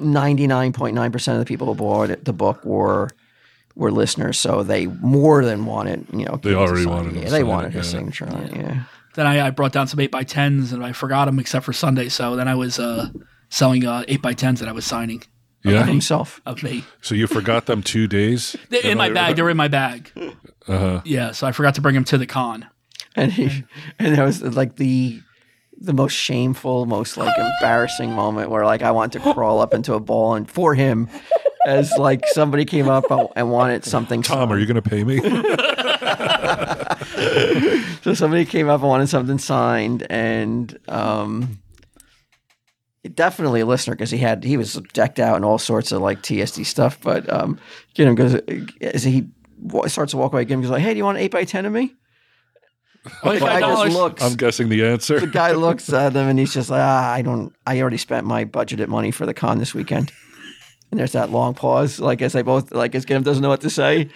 A: 99.9% of the people who bought it, the book were were listeners, so they more than wanted, you know,
B: They already wanted him
A: it. they
B: to sign it,
A: wanted his
B: yeah.
A: signature on it, yeah.
C: Then I, I brought down some eight by tens and I forgot them except for Sunday. So then I was uh, selling uh, eight by tens that I was signing
B: yeah.
A: Himself.
C: of me
B: So you forgot them two days
C: They- in my bag. They were in my bag.
A: Uh-huh.
C: Yeah, so I forgot to bring them to the con.
A: and he and that was like the the most shameful, most like embarrassing moment where like I want to crawl up into a ball and for him as like somebody came up and wanted something.
B: Tom, are you going to pay me?
A: So somebody came up and wanted something signed, and um, definitely a listener because he had he was decked out in all sorts of like TSD stuff. But um, you know, goes as he wa- starts to walk away again, goes like, "Hey, do you want an eight by ten of me?" The guy
C: $25.
A: just looks.
B: I'm guessing the
A: the
B: answer.
A: guy looks at them and he's just like, ah, I don't, I already spent my budgeted money for the con this weekend. And there's that long pause, like as they both, like as Kim doesn't know what to say.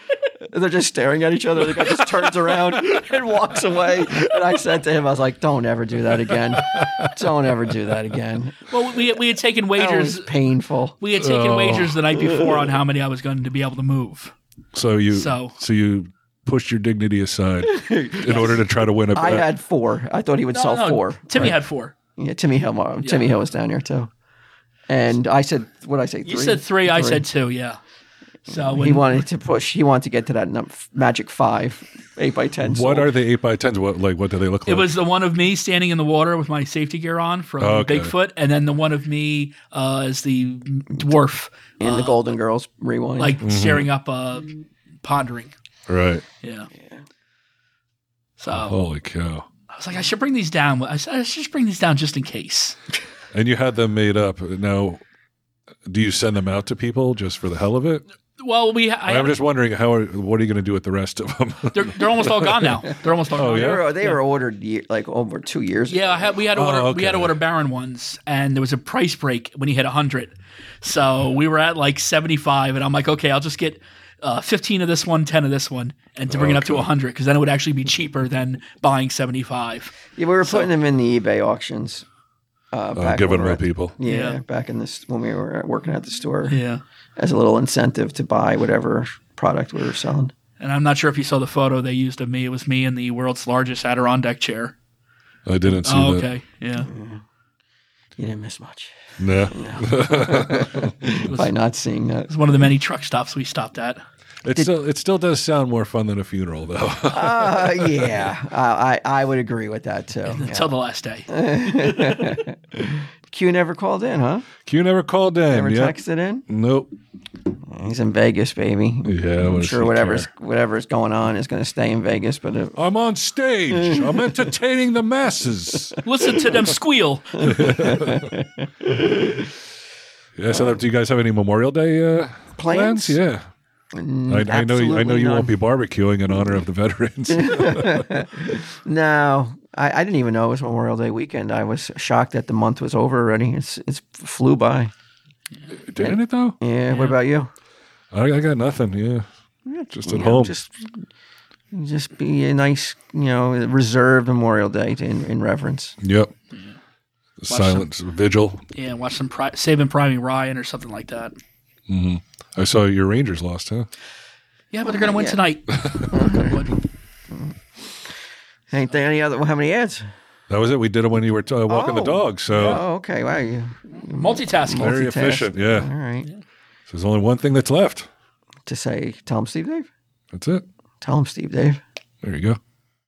A: They're just staring at each other. The guy just turns around and walks away. And I said to him, I was like, don't ever do that again. Don't ever do that again.
C: Well, we, we had taken
A: That was
C: wagers.
A: painful.
C: We had taken
B: Oh.
C: wagers the night before on how many I was going to be able to move.
B: So you, so,
C: So.
B: you pushed your dignity aside in order to try to win a
A: I
B: bet.
A: had four. I thought he would
C: No,
A: sell
C: no,
A: four.
C: Timmy had four.
A: Yeah, Timmy Hill. uh, Timmy Hill was down here too. And I said, what did I say?
C: You said three, I said two. Yeah. So when,
A: He wanted to push. He wanted to get to that num- magic five, eight by ten.
B: what are they eight by tens? What like what do they look
C: it
B: like?
C: was the one of me standing in the water with my safety gear on from
B: Okay.
C: Bigfoot, and then the one of me uh, as the dwarf, uh,
A: in the Golden Girls rewind?
C: like staring up, uh, pondering.
B: right.
C: Yeah. Uh-huh. So
A: Oh.
B: Holy cow!
C: I was like, I should bring these down. I should, I should just bring these down just in case.
B: And you had them made up. Now, do you send them out to people just for the hell of it?
C: Well, we I,
B: I'm just wondering how. Are, what are you going to do with the rest of them?
C: they're, they're almost all gone now. They're almost all gone.
A: they
B: yeah?
A: were, they were ordered ye like over two years.
C: Yeah, I had, we had to
B: Oh,
C: order we had to
B: okay.
C: order Baron ones, and there was a price break when he hit hundred, so we were at like seventy five, and I'm like, okay, I'll just get uh, fifteen of this one, 10 of this one, and to bring it up to hundred, because then it would actually be cheaper than buying seventy five.
A: Yeah, we were putting them in the eBay auctions. Uh,
B: I'm
A: back
B: giving
A: when we were
B: them
A: at-
B: to people.
A: Yeah,
C: Yeah.
A: back in this when we were working at the store
C: Yeah,
A: as a little incentive to buy whatever product we were selling.
C: and I'm not sure if you saw the photo they used of me. It was me in the world's largest Adirondack chair.
B: I didn't see
C: Oh,
B: that.
C: okay, yeah.
A: You didn't miss much
B: Nah.
A: by not seeing that.
C: It's one of the many truck stops we stopped at.
B: It still it still does sound more fun than a funeral though.
A: Uh, yeah, I I I would agree with that too. Yeah.
C: until the last day.
A: Q never called in, huh?
B: Q never called in.
A: Never
B: yeah.
A: texted in.
B: Nope.
A: He's in Vegas, baby.
B: Yeah,
A: I'm
B: what does
A: sure
B: he
A: whatever's
B: care?
A: whatever's going on is going to stay in Vegas. But uh, it,
B: I'm on stage. I'm entertaining the masses.
C: Listen to them squeal.
B: Yeah, so do you guys have any Memorial Day uh,
A: Plans? Mm,
B: Yeah. I, I know. you- I know
A: absolutely
B: you
A: none.
B: won't be barbecuing in honor of the veterans.
A: no, I, I didn't even know it was Memorial Day weekend. I was shocked that the month was over already. It's it's flew by.
B: Didn't it though?
A: Yeah. What about you?
B: I, I got nothing. Yeah. Just at
A: You know,
B: home.
A: Just just be a nice, you know, reserved Memorial Day to, in, in reverence.
B: Yep. Silence Vigil.
C: Yeah, watch some Pri- Saving Private Ryan or something like that.
B: I saw your Rangers lost, huh?
C: Yeah, but they're gonna win
A: Yeah.
C: tonight. Oh, Good.
A: Ain't there any other? Well, how many ads?
B: That was it. We did it when you were uh, walking the
A: Oh.
B: dog. So
A: Oh, okay. Wow. You,
C: Multitasking.
B: very
A: multitask.
B: efficient. Yeah.
A: all right.
B: So there's only one thing that's left.
A: To say, tell 'em Steve Dave.
B: That's it.
A: Tell 'em Steve Dave.
B: There you go.